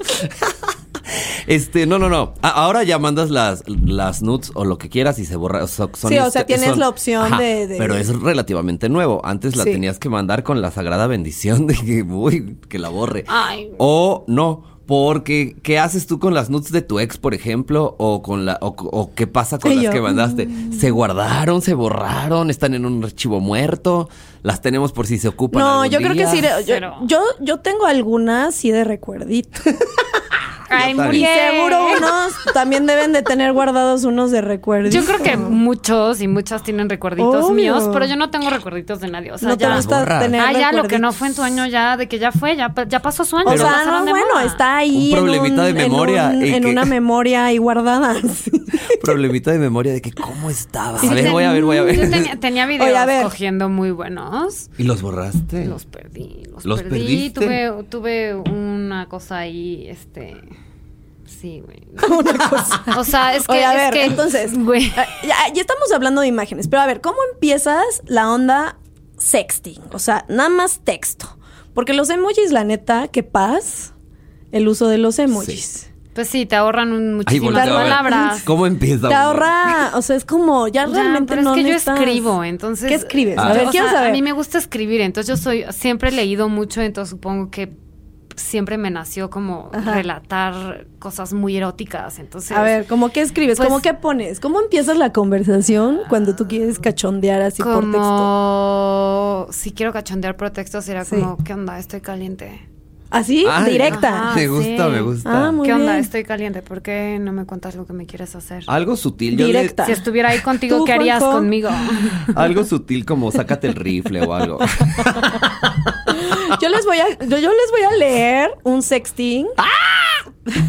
[SPEAKER 5] Este, no, no, no. A- ahora ya mandas las, las nudes o lo que quieras y se borra. so- son
[SPEAKER 3] Sí, o
[SPEAKER 5] este-
[SPEAKER 3] sea, tienes
[SPEAKER 5] son-
[SPEAKER 3] la opción de- de-
[SPEAKER 5] Pero es relativamente nuevo. Antes la
[SPEAKER 3] Sí.
[SPEAKER 5] tenías que mandar con la sagrada bendición de que, uy, que la borre.
[SPEAKER 3] Ah,
[SPEAKER 4] Ay.
[SPEAKER 5] O no. Porque, ¿qué haces tú con las nudes de tu ex, por ejemplo? O con la, o, o qué pasa con
[SPEAKER 3] Y
[SPEAKER 5] las
[SPEAKER 3] yo,
[SPEAKER 5] que mandaste. ¿Se guardaron? ¿Se borraron? ¿Están en un archivo muerto? ¿Las tenemos por si se ocupan?
[SPEAKER 3] No,
[SPEAKER 5] algún
[SPEAKER 3] yo creo que
[SPEAKER 5] día?
[SPEAKER 3] sí. de- yo,
[SPEAKER 4] Cero.
[SPEAKER 3] yo, yo tengo algunas sí de recuerdito.
[SPEAKER 4] Ay,
[SPEAKER 5] está
[SPEAKER 3] Y
[SPEAKER 5] bien.
[SPEAKER 4] Muriel.
[SPEAKER 3] seguro unos también deben de tener guardados unos de recuerdito.
[SPEAKER 4] Yo creo que muchos y muchas tienen recuerditos
[SPEAKER 3] Obvio.
[SPEAKER 4] míos, pero yo no tengo recuerditos de nadie. O sea,
[SPEAKER 3] no te
[SPEAKER 4] ya.
[SPEAKER 3] gusta
[SPEAKER 5] Borra.
[SPEAKER 3] tener
[SPEAKER 4] Ah, ya lo que
[SPEAKER 3] recuerditos.
[SPEAKER 4] no fue en tu año, ya, de que ya fue, ya, pa- ya pasó su año.
[SPEAKER 3] O
[SPEAKER 5] Pero-
[SPEAKER 3] sea,
[SPEAKER 4] pasaron
[SPEAKER 3] no,
[SPEAKER 4] de
[SPEAKER 3] bueno,
[SPEAKER 4] moda.
[SPEAKER 3] está ahí.
[SPEAKER 5] Un problemita
[SPEAKER 3] en un-
[SPEAKER 5] de
[SPEAKER 3] en
[SPEAKER 5] memoria
[SPEAKER 3] un- En,
[SPEAKER 5] y que-
[SPEAKER 3] una memoria ahí guardada. sí.
[SPEAKER 5] problemita de memoria de que cómo estaba.
[SPEAKER 4] Sí,
[SPEAKER 5] a ver,
[SPEAKER 4] ten-
[SPEAKER 5] voy a ver, voy a
[SPEAKER 4] Yo
[SPEAKER 5] ver.
[SPEAKER 4] tenía, tenía videos
[SPEAKER 3] Oye, a ver.
[SPEAKER 4] cogiendo muy buenos.
[SPEAKER 5] ¿Y los borraste?
[SPEAKER 4] Los perdí, los,
[SPEAKER 5] ¿Los
[SPEAKER 4] perdí.
[SPEAKER 5] perdiste?
[SPEAKER 4] Tuve, tuve una cosa ahí, este. Sí, güey.
[SPEAKER 3] Una cosa.
[SPEAKER 4] O sea, es que.
[SPEAKER 3] Oye, a
[SPEAKER 4] es
[SPEAKER 3] ver,
[SPEAKER 4] que-
[SPEAKER 3] entonces,
[SPEAKER 4] Güey.
[SPEAKER 3] Ah, Ya, ya estamos hablando de imágenes, pero a ver, ¿cómo empiezas la onda sexting? O sea, nada más texto. Porque los emojis, la neta, qué paz el uso de los emojis.
[SPEAKER 4] Pues sí, te ahorran un, muchísimas
[SPEAKER 3] volteo a ver.
[SPEAKER 4] palabras.
[SPEAKER 5] ¿Cómo empieza?
[SPEAKER 3] Te
[SPEAKER 5] uno?
[SPEAKER 3] ahorra, o sea, es como, ya,
[SPEAKER 4] Ya,
[SPEAKER 3] realmente
[SPEAKER 4] pero
[SPEAKER 3] no
[SPEAKER 4] es que
[SPEAKER 3] necesitas-
[SPEAKER 4] yo escribo, eh. entonces.
[SPEAKER 3] ¿Qué escribes?
[SPEAKER 5] Ah.
[SPEAKER 3] A ver,
[SPEAKER 4] O
[SPEAKER 3] quiero
[SPEAKER 4] sea,
[SPEAKER 3] saber.
[SPEAKER 4] A mí me gusta escribir, entonces yo soy siempre he leído mucho, entonces supongo que siempre me nació como
[SPEAKER 3] Ajá.
[SPEAKER 4] relatar cosas muy eróticas, entonces.
[SPEAKER 3] A ver, ¿cómo qué escribes?
[SPEAKER 4] Pues-
[SPEAKER 3] ¿Cómo qué pones? ¿Cómo empiezas la conversación cuando tú quieres cachondear así por texto?
[SPEAKER 4] como si quiero cachondear por texto será
[SPEAKER 3] Sí.
[SPEAKER 4] como qué onda, estoy caliente.
[SPEAKER 3] ¿Así?
[SPEAKER 5] Ah,
[SPEAKER 3] Directa.
[SPEAKER 4] ajá.
[SPEAKER 5] Me gusta,
[SPEAKER 4] sí.
[SPEAKER 5] me gusta.
[SPEAKER 3] Ah, muy
[SPEAKER 4] ¿Qué onda?
[SPEAKER 3] bien.
[SPEAKER 4] Estoy caliente, ¿por qué no me cuentas lo que me quieres hacer?
[SPEAKER 5] Algo sutil. Yo le-
[SPEAKER 3] Directa.
[SPEAKER 4] Si estuviera ahí contigo,
[SPEAKER 3] Tú,
[SPEAKER 4] ¿qué harías
[SPEAKER 3] Juanjo.
[SPEAKER 4] conmigo?
[SPEAKER 5] algo sutil como sácate el rifle o algo.
[SPEAKER 3] Yo les voy a, yo, yo les voy a leer un sexting.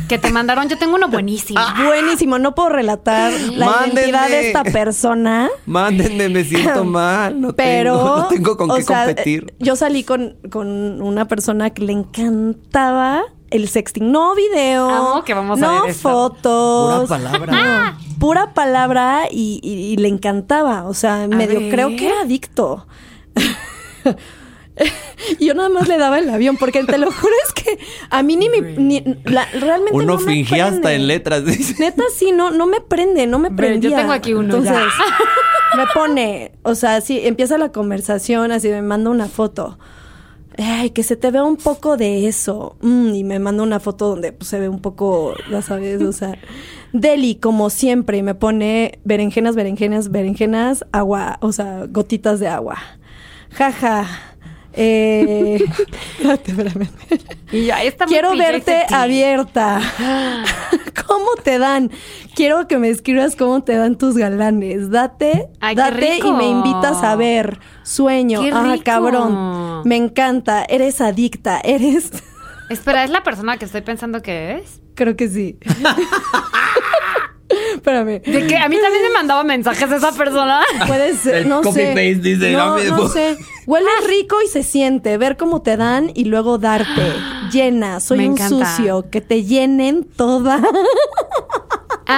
[SPEAKER 4] Que te mandaron, yo tengo uno buenísimo.
[SPEAKER 3] Ah, Buenísimo, no puedo relatar la
[SPEAKER 5] Mándenme.
[SPEAKER 3] identidad de esta persona.
[SPEAKER 5] Mándenme, me siento mal. No
[SPEAKER 3] pero
[SPEAKER 5] tengo, no tengo con
[SPEAKER 3] o
[SPEAKER 5] qué
[SPEAKER 3] sea,
[SPEAKER 5] competir.
[SPEAKER 3] eh, Yo salí con, con una persona que le encantaba el sexting. No video.
[SPEAKER 4] Amo que vamos a
[SPEAKER 3] no
[SPEAKER 4] ver esto.
[SPEAKER 3] fotos.
[SPEAKER 5] Pura
[SPEAKER 3] Ah,
[SPEAKER 5] palabra.
[SPEAKER 3] No, pura palabra y, y- y le encantaba. O sea, medio
[SPEAKER 4] ver.
[SPEAKER 3] creo que era adicto. Y Yo nada más le daba el avión, porque te lo juro es que a mí ni mi... ni- la- realmente
[SPEAKER 5] Uno
[SPEAKER 3] no me
[SPEAKER 5] fingía hasta
[SPEAKER 3] prende.
[SPEAKER 5] en letras. dice.
[SPEAKER 3] Neta, sí, no, no me prende, no me
[SPEAKER 4] Ve,
[SPEAKER 3] prendía.
[SPEAKER 4] yo tengo aquí uno ya.
[SPEAKER 3] Entonces, me pone, o sea, sí, empieza la conversación, así me manda una foto. Ay, que se te vea un poco de eso. Mm, y me manda una foto donde pues, se ve un poco, ya sabes, o sea. Deli, como siempre, y me pone berenjenas, berenjenas, berenjenas, agua, o sea, gotitas de agua. Jaja. Eh, espérate, espérame.
[SPEAKER 4] Y yo, ahí está muy
[SPEAKER 3] Quiero
[SPEAKER 4] PJ
[SPEAKER 3] verte
[SPEAKER 4] Sexy.
[SPEAKER 3] abierta. ¿Cómo te dan? Quiero que me escribas cómo te dan tus galanes. Date,
[SPEAKER 4] Ay, qué
[SPEAKER 3] date y
[SPEAKER 4] rico.
[SPEAKER 3] me invitas a ver. Sueño.
[SPEAKER 4] Qué
[SPEAKER 3] ah,
[SPEAKER 4] rico.
[SPEAKER 3] cabrón. Me encanta. Eres adicta. Eres.
[SPEAKER 4] Espera, ¿es la persona que estoy pensando que es?
[SPEAKER 3] Creo que sí. Espérame.
[SPEAKER 4] De que a mí también me mandaba mensajes esa persona.
[SPEAKER 3] Puede ser,
[SPEAKER 5] El
[SPEAKER 3] no
[SPEAKER 5] copy
[SPEAKER 3] sé.
[SPEAKER 5] paste dice,
[SPEAKER 3] no,
[SPEAKER 5] "Dame
[SPEAKER 3] no
[SPEAKER 5] voz".
[SPEAKER 3] sé. Huele
[SPEAKER 4] Ah.
[SPEAKER 3] rico y se siente. Ver cómo te dan y luego darte. Llena. Soy
[SPEAKER 4] Me
[SPEAKER 3] un
[SPEAKER 4] encanta.
[SPEAKER 3] sucio. Que te llenen toda.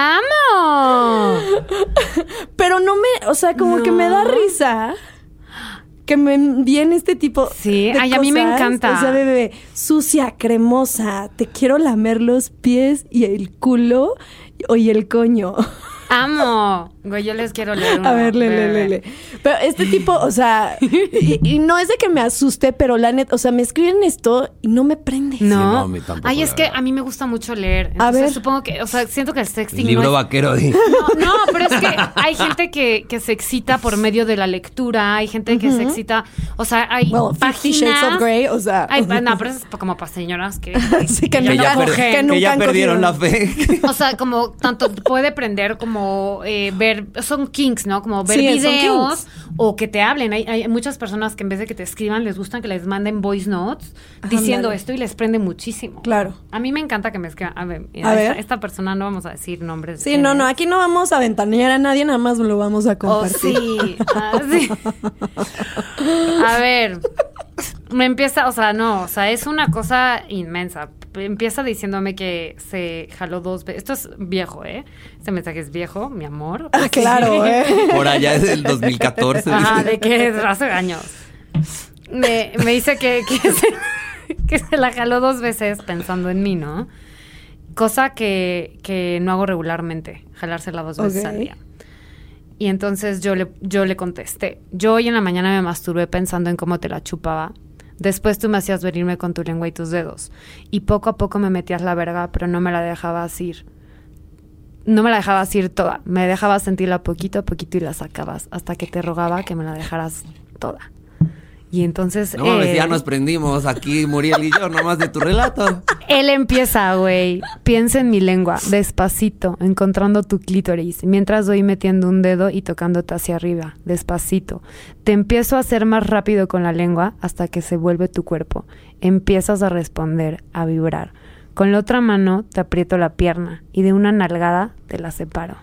[SPEAKER 4] ¡Amo!
[SPEAKER 3] Pero no me, o sea, como que me da risa que me envíen este tipo
[SPEAKER 4] Sí,
[SPEAKER 3] de
[SPEAKER 4] ay, a mí me
[SPEAKER 3] cosas.
[SPEAKER 4] encanta.
[SPEAKER 3] O sea, bebé, sucia, cremosa, te quiero lamer los pies y el culo o y el coño.
[SPEAKER 4] ¡Amo! Güey, yo les quiero leer uno.
[SPEAKER 3] A ver, le, le,
[SPEAKER 4] Ve,
[SPEAKER 3] le,
[SPEAKER 4] ve, ve.
[SPEAKER 3] le. Pero este tipo, o sea, y, y no es de que me asuste, pero la neta, o sea, me escriben esto y no me prende.
[SPEAKER 4] No.
[SPEAKER 5] no, a mí tampoco,
[SPEAKER 4] Ay,
[SPEAKER 5] la
[SPEAKER 4] es que
[SPEAKER 5] verdad.
[SPEAKER 4] a mí me gusta mucho leer.
[SPEAKER 3] A
[SPEAKER 4] Entonces,
[SPEAKER 3] ver.
[SPEAKER 4] supongo que, o sea, siento que el sexting
[SPEAKER 5] Libro
[SPEAKER 4] no es-
[SPEAKER 5] vaquero. di.
[SPEAKER 4] No, no, pero es que hay gente que, que se excita por medio de la lectura, hay gente que se excita, o sea, hay
[SPEAKER 3] Well, Fifty
[SPEAKER 4] páginas...
[SPEAKER 3] Shades of Grey, o sea.
[SPEAKER 4] Ay, pa- no, pero eso es como para señoras que...
[SPEAKER 3] Sí, que,
[SPEAKER 4] que
[SPEAKER 5] Que
[SPEAKER 3] nunca,
[SPEAKER 5] ya, per-
[SPEAKER 4] cogen.
[SPEAKER 5] que
[SPEAKER 3] nunca
[SPEAKER 5] ya
[SPEAKER 3] han
[SPEAKER 5] perdieron
[SPEAKER 3] cogido.
[SPEAKER 5] la fe.
[SPEAKER 4] O sea, como tanto puede prender como eh, ver, son kinks, ¿no? Como ver
[SPEAKER 3] Sí, son
[SPEAKER 4] videos o que te hablen. Hay, hay muchas personas que en vez de que te escriban les gustan que les manden voice notes diciendo
[SPEAKER 3] Ándale.
[SPEAKER 4] esto y les prende muchísimo.
[SPEAKER 3] Claro.
[SPEAKER 4] A mí me encanta que me escriban. A ver, mira,
[SPEAKER 3] A
[SPEAKER 4] esta,
[SPEAKER 3] ver.
[SPEAKER 4] esta persona no vamos a decir nombres. de
[SPEAKER 3] Sí,
[SPEAKER 4] quién
[SPEAKER 3] no,
[SPEAKER 4] es.
[SPEAKER 3] no, aquí no vamos a ventanear a nadie, nada más lo vamos a
[SPEAKER 4] Oh,
[SPEAKER 3] compartir.
[SPEAKER 4] sí. Ah, sí. A ver. Me empieza, o sea, no, o sea, es una cosa inmensa. Empieza diciéndome que se jaló dos veces. Esto es viejo, ¿eh? Este mensaje es viejo, mi amor.
[SPEAKER 3] Ah, claro, ¿eh?
[SPEAKER 5] Por allá es el 2014.
[SPEAKER 4] Ajá,
[SPEAKER 5] dice.
[SPEAKER 4] de que es hace años. Me, me dice que, que, se, que se la jaló dos veces pensando en mí, ¿no? Cosa que, que no hago regularmente, jalársela dos veces
[SPEAKER 3] Ok.
[SPEAKER 4] al día. Y entonces yo le, yo le contesté. Yo hoy en la mañana me masturbé pensando en cómo te la chupaba. Después tú me hacías venirme con tu lengua y tus dedos. Y poco a poco me metías la verga, pero no me la dejabas ir. No me la dejabas ir toda. Me dejabas sentirla poquito a poquito y la sacabas hasta que te rogaba que me la dejaras toda. Y entonces...
[SPEAKER 5] No mames,
[SPEAKER 4] eh,
[SPEAKER 5] ya nos prendimos aquí, Muriel y yo, nomás de tu relato.
[SPEAKER 4] él empieza, güey. Piensa en mi lengua, despacito, encontrando tu clítoris, mientras voy metiendo un dedo y tocándote hacia arriba, despacito. Te empiezo a hacer más rápido con la lengua hasta que se vuelve tu cuerpo. Empiezas a responder, a vibrar. Con la otra mano te aprieto la pierna y de una nalgada te la separo.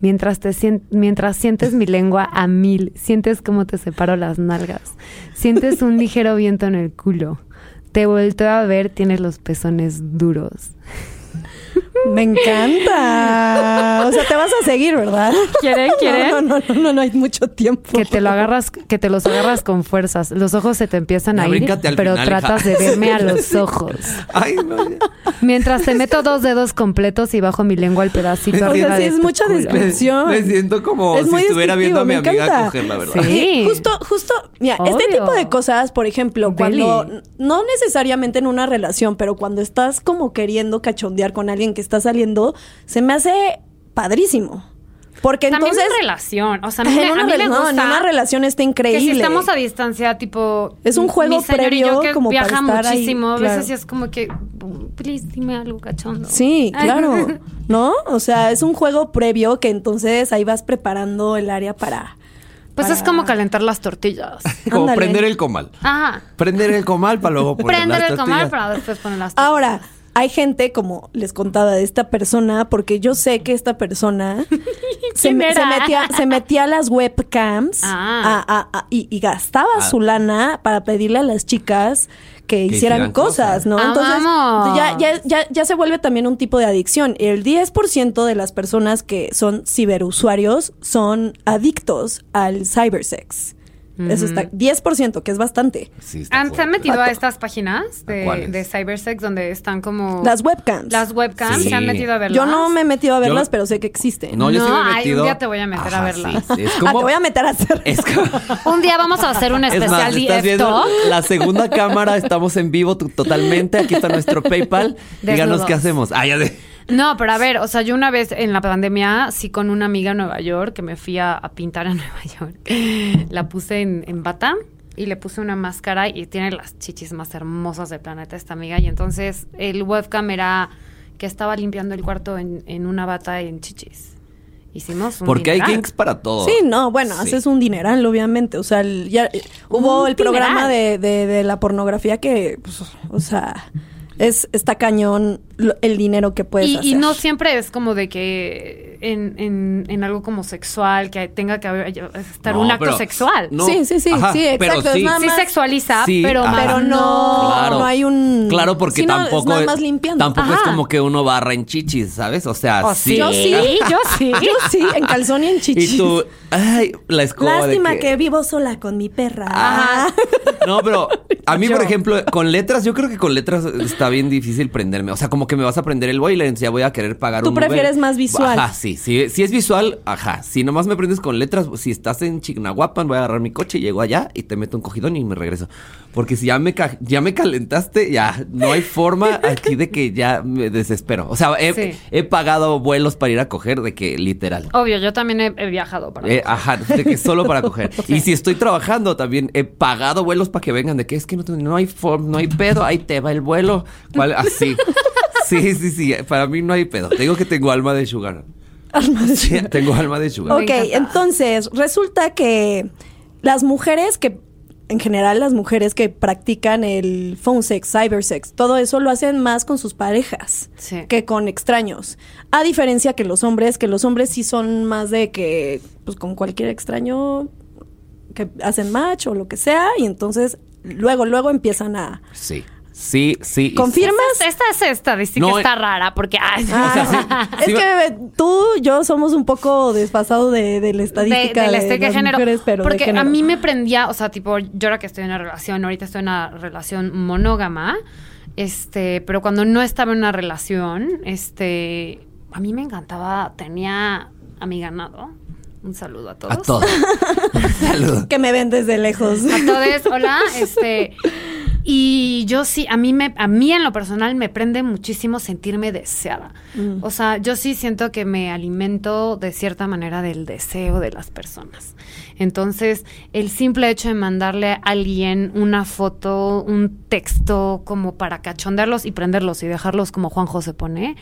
[SPEAKER 4] Mientras, te sien- mientras sientes mi lengua a mil, sientes cómo te separo las nalgas. Sientes un ligero viento en el culo. Te volteo a ver, tienes los pezones duros.
[SPEAKER 3] Me encanta. O sea, te vas a seguir, ¿verdad?
[SPEAKER 1] ¿Quieren? ¿Quieren?
[SPEAKER 3] No, no, no, no, no hay mucho tiempo.
[SPEAKER 1] Que te lo agarras, que te los agarras con fuerzas. Los ojos se te empiezan
[SPEAKER 5] No,
[SPEAKER 1] a ir,
[SPEAKER 5] bríncate al
[SPEAKER 1] pero
[SPEAKER 5] final,
[SPEAKER 1] tratas
[SPEAKER 5] hija.
[SPEAKER 1] de verme a los ojos.
[SPEAKER 5] Ay, no. ya.
[SPEAKER 1] Mientras te meto dos dedos completos y bajo mi lengua al pedacito
[SPEAKER 5] O
[SPEAKER 3] O
[SPEAKER 1] arriba
[SPEAKER 3] sea, sí
[SPEAKER 1] de
[SPEAKER 3] es
[SPEAKER 1] tu
[SPEAKER 3] mucha
[SPEAKER 1] culo.
[SPEAKER 3] descripción.
[SPEAKER 5] Me siento como
[SPEAKER 3] Es
[SPEAKER 5] si
[SPEAKER 3] muy
[SPEAKER 5] estuviera viendo a mi
[SPEAKER 3] descriptivo, me
[SPEAKER 5] amiga
[SPEAKER 3] encanta.
[SPEAKER 5] coger, la verdad.
[SPEAKER 1] Sí.
[SPEAKER 3] Y Justo, justo, mira, este
[SPEAKER 1] Obvio.
[SPEAKER 3] tipo de cosas, por ejemplo, cuando
[SPEAKER 1] Deli.
[SPEAKER 3] no necesariamente en una relación, pero cuando estás como queriendo cachondear con alguien que está saliendo, se me hace padrísimo. Porque
[SPEAKER 4] También
[SPEAKER 3] entonces
[SPEAKER 4] en relación. O sea, a mí,
[SPEAKER 3] en
[SPEAKER 4] me- a
[SPEAKER 3] una
[SPEAKER 4] mí
[SPEAKER 3] rela-
[SPEAKER 4] me
[SPEAKER 3] no,
[SPEAKER 4] gusta.
[SPEAKER 3] en una relación está increíble.
[SPEAKER 4] Que si estamos a distancia, tipo.
[SPEAKER 3] Es un juego
[SPEAKER 4] mi señor y yo
[SPEAKER 3] previo
[SPEAKER 4] que
[SPEAKER 3] como para
[SPEAKER 4] viaja
[SPEAKER 3] estar ahí,
[SPEAKER 4] muchísimo. A
[SPEAKER 3] claro.
[SPEAKER 4] veces sí es como que. Please, dime algo cachondo.
[SPEAKER 3] Sí,
[SPEAKER 4] Ay.
[SPEAKER 3] claro. ¿No? O sea, es un juego previo que entonces ahí vas preparando el área para.
[SPEAKER 4] Pues es
[SPEAKER 3] para-
[SPEAKER 4] como calentar las tortillas.
[SPEAKER 5] Como
[SPEAKER 3] Ándale.
[SPEAKER 5] prender el comal.
[SPEAKER 4] Ajá.
[SPEAKER 5] Prender el comal para luego poner
[SPEAKER 4] Prender
[SPEAKER 5] las
[SPEAKER 4] el comal
[SPEAKER 5] tortillas.
[SPEAKER 4] para después poner las tortillas.
[SPEAKER 3] Ahora, hay gente, como les contaba, de esta persona, porque yo sé que esta persona se,
[SPEAKER 4] ¿Quién
[SPEAKER 3] me- se
[SPEAKER 4] era?
[SPEAKER 3] metía, se metía a las webcams
[SPEAKER 4] Ah.
[SPEAKER 3] a- a- a- y, y gastaba
[SPEAKER 5] Ah.
[SPEAKER 3] su lana para pedirle a las chicas que, hicieran,
[SPEAKER 5] hicieran
[SPEAKER 3] cosas,
[SPEAKER 5] cosas.
[SPEAKER 3] ¿no?
[SPEAKER 4] Ah, vamos.
[SPEAKER 3] ya, ya, ya, ya se vuelve también un tipo de adicción. El 10% de las personas que son ciberusuarios son adictos al cybersex. Eso está 10%, que es bastante.
[SPEAKER 5] Sí, está
[SPEAKER 4] Ah, ¿Se han
[SPEAKER 5] fuerte.
[SPEAKER 4] metido
[SPEAKER 3] ¿A
[SPEAKER 4] a
[SPEAKER 3] cu-
[SPEAKER 4] estas páginas
[SPEAKER 5] ¿A
[SPEAKER 4] de,
[SPEAKER 5] cuáles?
[SPEAKER 4] de cybersex donde están como
[SPEAKER 3] Las webcams.
[SPEAKER 4] Oh. las webcams?
[SPEAKER 5] Sí.
[SPEAKER 4] ¿Se han metido a verlas?
[SPEAKER 3] Yo no me he metido a
[SPEAKER 5] Yo-
[SPEAKER 3] verlas, pero sé que existen.
[SPEAKER 5] No, yo sí
[SPEAKER 4] No,
[SPEAKER 5] me
[SPEAKER 4] ay,
[SPEAKER 5] he
[SPEAKER 4] un
[SPEAKER 5] metido.
[SPEAKER 4] día te voy a meter a verlas.
[SPEAKER 5] sí, Es
[SPEAKER 3] Ah,
[SPEAKER 5] como.
[SPEAKER 3] te voy a meter a hacer.
[SPEAKER 5] Es como.
[SPEAKER 1] Un día vamos a hacer un
[SPEAKER 5] Es más,
[SPEAKER 1] especial
[SPEAKER 5] estás
[SPEAKER 1] de
[SPEAKER 5] viendo
[SPEAKER 1] esto.
[SPEAKER 5] la segunda cámara, estamos en vivo tu- totalmente. Aquí está nuestro PayPal. Díganos
[SPEAKER 4] Desnudos.
[SPEAKER 5] qué hacemos. Ah, ya de-
[SPEAKER 4] No, pero a ver, o sea, yo una vez en la pandemia, sí con una amiga en Nueva York, que me fui a, a pintar a Nueva York, la puse en, en bata y le puse una máscara y tiene las chichis más hermosas del planeta esta amiga. Y entonces el webcam era que estaba limpiando el cuarto en, en una bata y en chichis. Hicimos un
[SPEAKER 5] Porque hay
[SPEAKER 4] dineral.
[SPEAKER 5] kinks para todo.
[SPEAKER 3] Sí, no, bueno,
[SPEAKER 5] Sí.
[SPEAKER 3] haces un dineral, obviamente. O sea, el- ya eh, hubo
[SPEAKER 4] Un
[SPEAKER 3] el programa de,
[SPEAKER 4] dineral.
[SPEAKER 3] de- de la pornografía que, pues, o sea, es está cañón lo- el dinero que puedes
[SPEAKER 4] y,
[SPEAKER 3] hacer.
[SPEAKER 4] y no siempre es como de que en, en- en algo como sexual, que tenga que haber, estar
[SPEAKER 5] No,
[SPEAKER 4] un acto
[SPEAKER 5] pero-
[SPEAKER 4] sexual.
[SPEAKER 5] no.
[SPEAKER 3] Sí, sí, sí,
[SPEAKER 5] Ajá,
[SPEAKER 3] sí,
[SPEAKER 5] pero
[SPEAKER 3] exacto, es
[SPEAKER 5] sí.
[SPEAKER 3] nada
[SPEAKER 4] Sí
[SPEAKER 3] más-
[SPEAKER 4] sexualiza,
[SPEAKER 5] Sí,
[SPEAKER 4] pero,
[SPEAKER 5] ajá.
[SPEAKER 4] más
[SPEAKER 3] pero no,
[SPEAKER 5] Claro.
[SPEAKER 3] no hay un.
[SPEAKER 5] Claro, porque
[SPEAKER 3] Sí, no, es
[SPEAKER 5] tampoco.
[SPEAKER 3] nada más limpiando.
[SPEAKER 5] Tampoco es
[SPEAKER 4] Ajá.
[SPEAKER 5] como que uno barra en chichis, ¿sabes? O sea,
[SPEAKER 4] Oh,
[SPEAKER 5] sí.
[SPEAKER 4] sí. Yo sí, yo sí.
[SPEAKER 3] Yo sí, en calzón y en chichis.
[SPEAKER 5] Y tú, ay, la escoba. de Ah,
[SPEAKER 3] Lástima que... vivo sola con mi perra.
[SPEAKER 5] Ajá.
[SPEAKER 3] Ah.
[SPEAKER 5] No, pero a mí, por ejemplo, con letras, yo creo que con letras está bien difícil prenderme. O sea, como que me vas a prender el boiler, ya voy a querer pagar
[SPEAKER 3] Tú
[SPEAKER 5] un
[SPEAKER 3] prefieres
[SPEAKER 5] Uber.
[SPEAKER 3] más visual.
[SPEAKER 5] Ajá, sí, sí. Si es visual, ajá. Si nomás me prendes con letras, si estás en Chignahuapan, voy a agarrar mi coche, llego allá y te meto un cogidón y me regreso. Porque si ya me, ca- ya me calentaste, ya no hay forma aquí de que ya me desespero. O sea, he,
[SPEAKER 4] Sí.
[SPEAKER 5] he pagado vuelos para ir a coger de que literal.
[SPEAKER 4] Obvio, yo también he, he viajado para.
[SPEAKER 5] Eh, ajá, de que solo para coger. Y si estoy trabajando también, he pagado vuelos para que vengan. De que es que no, te- no hay form, no hay pedo, ahí te va el vuelo. ¿Cuál? Así. Sí, sí, sí. Para mí no hay pedo. Te digo que tengo alma de sugar.
[SPEAKER 3] Ah,
[SPEAKER 5] Sí, tengo alma de sugar.
[SPEAKER 3] Ok, entonces resulta que las mujeres que, en general las mujeres que practican el phone sex, cyber sex, todo eso lo hacen más con sus parejas
[SPEAKER 4] Sí.
[SPEAKER 3] que con extraños. A diferencia que los hombres, que los hombres sí son más de que, pues con cualquier extraño que hacen match o lo que sea, y entonces luego, luego empiezan a...
[SPEAKER 5] Sí, sí, sí. y sí.
[SPEAKER 3] ¿Confirmas?
[SPEAKER 4] Esta, esta estadística
[SPEAKER 5] No,
[SPEAKER 4] está
[SPEAKER 5] eh.
[SPEAKER 4] rara porque. ay,
[SPEAKER 3] Ah,
[SPEAKER 5] O sea, sí,
[SPEAKER 3] Es
[SPEAKER 5] sí,
[SPEAKER 3] que tú, yo somos un poco desfasados de, de la
[SPEAKER 4] de-
[SPEAKER 3] estadística de,
[SPEAKER 4] del este que
[SPEAKER 3] las
[SPEAKER 4] género.
[SPEAKER 3] mujeres, pero de
[SPEAKER 4] porque a
[SPEAKER 3] género.
[SPEAKER 4] mí me prendía, o sea, tipo, yo ahora que estoy en una relación, ahorita estoy en una relación monógama, este, pero cuando no estaba en una relación, este, a mí me encantaba, tenía a mi ganado. Un saludo a todos.
[SPEAKER 5] A todos. Saludos.
[SPEAKER 3] que me ven desde lejos.
[SPEAKER 4] Entonces, hola, este y yo sí, a mí me a mí en lo personal me prende muchísimo sentirme deseada.
[SPEAKER 3] Mm.
[SPEAKER 4] O sea, yo sí siento que me alimento de cierta manera del deseo de las personas. Entonces, el simple hecho de mandarle a alguien una foto, un texto como para cachondearlos y prenderlos y dejarlos como Juanjo se pone,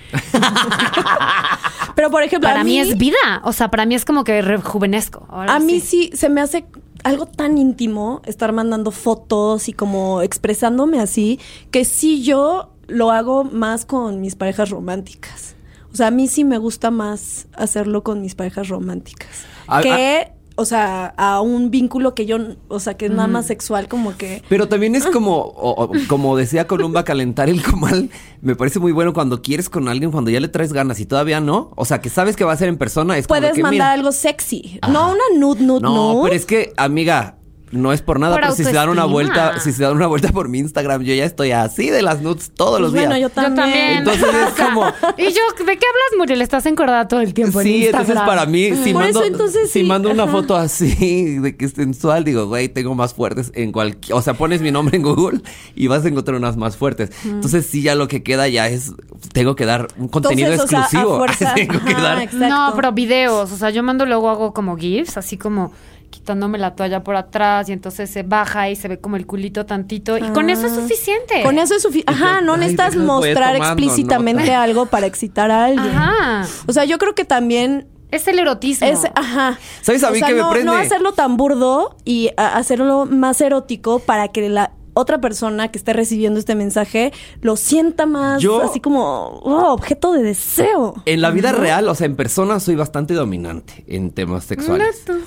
[SPEAKER 3] Pero por ejemplo,
[SPEAKER 4] para
[SPEAKER 3] a
[SPEAKER 4] mí, es vida, o sea, para mí es como que rejuvenezco. Ahora
[SPEAKER 3] A mí sí se me hace algo tan íntimo estar mandando fotos y como expresándome así que sí yo lo hago más con mis parejas
[SPEAKER 5] Ah,
[SPEAKER 3] románticas. O sea, a mí sí me gusta más hacerlo con mis parejas románticas.
[SPEAKER 5] A-
[SPEAKER 3] que o sea, a un vínculo que yo, o sea, que es nada más sexual, como que.
[SPEAKER 5] Pero también es como, o- o- como decía Columba, calentar el comal. Me parece muy bueno cuando quieres con alguien, cuando ya le traes ganas y todavía no. O sea, que sabes que va a ser en persona. Es como de
[SPEAKER 3] Puedes
[SPEAKER 5] que,
[SPEAKER 3] mandar
[SPEAKER 5] mira,
[SPEAKER 3] algo sexy.
[SPEAKER 5] Ajá.
[SPEAKER 3] No una nude, nude,
[SPEAKER 5] No,
[SPEAKER 3] nude.
[SPEAKER 5] pero es que, amiga, no es por nada,
[SPEAKER 4] Por
[SPEAKER 5] pero si se dan una
[SPEAKER 4] autoestima.
[SPEAKER 5] vuelta, si se dan una vuelta por mi Instagram, yo ya estoy así de las nudes todos
[SPEAKER 3] Pues
[SPEAKER 5] los
[SPEAKER 3] bueno,
[SPEAKER 5] días.
[SPEAKER 3] yo también.
[SPEAKER 5] Entonces es como-
[SPEAKER 4] Y yo, ¿de qué hablas, Muriel? Estás encordada todo el tiempo. en
[SPEAKER 5] Sí, entonces
[SPEAKER 4] Instagram.
[SPEAKER 5] para mí, si
[SPEAKER 3] Por
[SPEAKER 5] mando,
[SPEAKER 3] eso, entonces,
[SPEAKER 5] si
[SPEAKER 3] sí,
[SPEAKER 5] mando una
[SPEAKER 3] ajá.
[SPEAKER 5] foto así de que es sensual, digo, güey, tengo más fuertes en cualquier. O sea, pones mi nombre en Google y vas a encontrar unas más fuertes. Entonces, sí, ya lo que queda ya es. Tengo que dar un contenido
[SPEAKER 3] Entonces, o sea, a
[SPEAKER 5] exclusivo.
[SPEAKER 3] fuerza-
[SPEAKER 5] tengo que
[SPEAKER 3] ajá,
[SPEAKER 5] dar.
[SPEAKER 3] exacto.
[SPEAKER 4] No, pero videos. O sea, yo mando luego hago como GIFs, así como quitándome la toalla por atrás y entonces se baja y se ve como el culito tantito. Y con eso es suficiente.
[SPEAKER 3] Ah. Con eso es suficiente. Ajá, no
[SPEAKER 5] Ay,
[SPEAKER 3] necesitas
[SPEAKER 5] déjame, voy
[SPEAKER 3] mostrar
[SPEAKER 5] tomando
[SPEAKER 3] explícitamente
[SPEAKER 5] nota.
[SPEAKER 3] algo para excitar a alguien.
[SPEAKER 4] Ajá.
[SPEAKER 3] O sea, yo creo que también
[SPEAKER 4] Es el erotismo. Mm,
[SPEAKER 3] es. Ajá.
[SPEAKER 5] ¿Sabes a
[SPEAKER 3] O
[SPEAKER 5] mí
[SPEAKER 3] sea,
[SPEAKER 5] qué me
[SPEAKER 3] no,
[SPEAKER 5] prende?
[SPEAKER 3] No hacerlo tan burdo y a- hacerlo más erótico para que la otra persona que esté recibiendo este mensaje lo sienta más
[SPEAKER 5] Yo-
[SPEAKER 3] así como oh, objeto de deseo.
[SPEAKER 5] En la vida real, o sea, en persona soy bastante dominante en temas sexuales.
[SPEAKER 4] No, tú.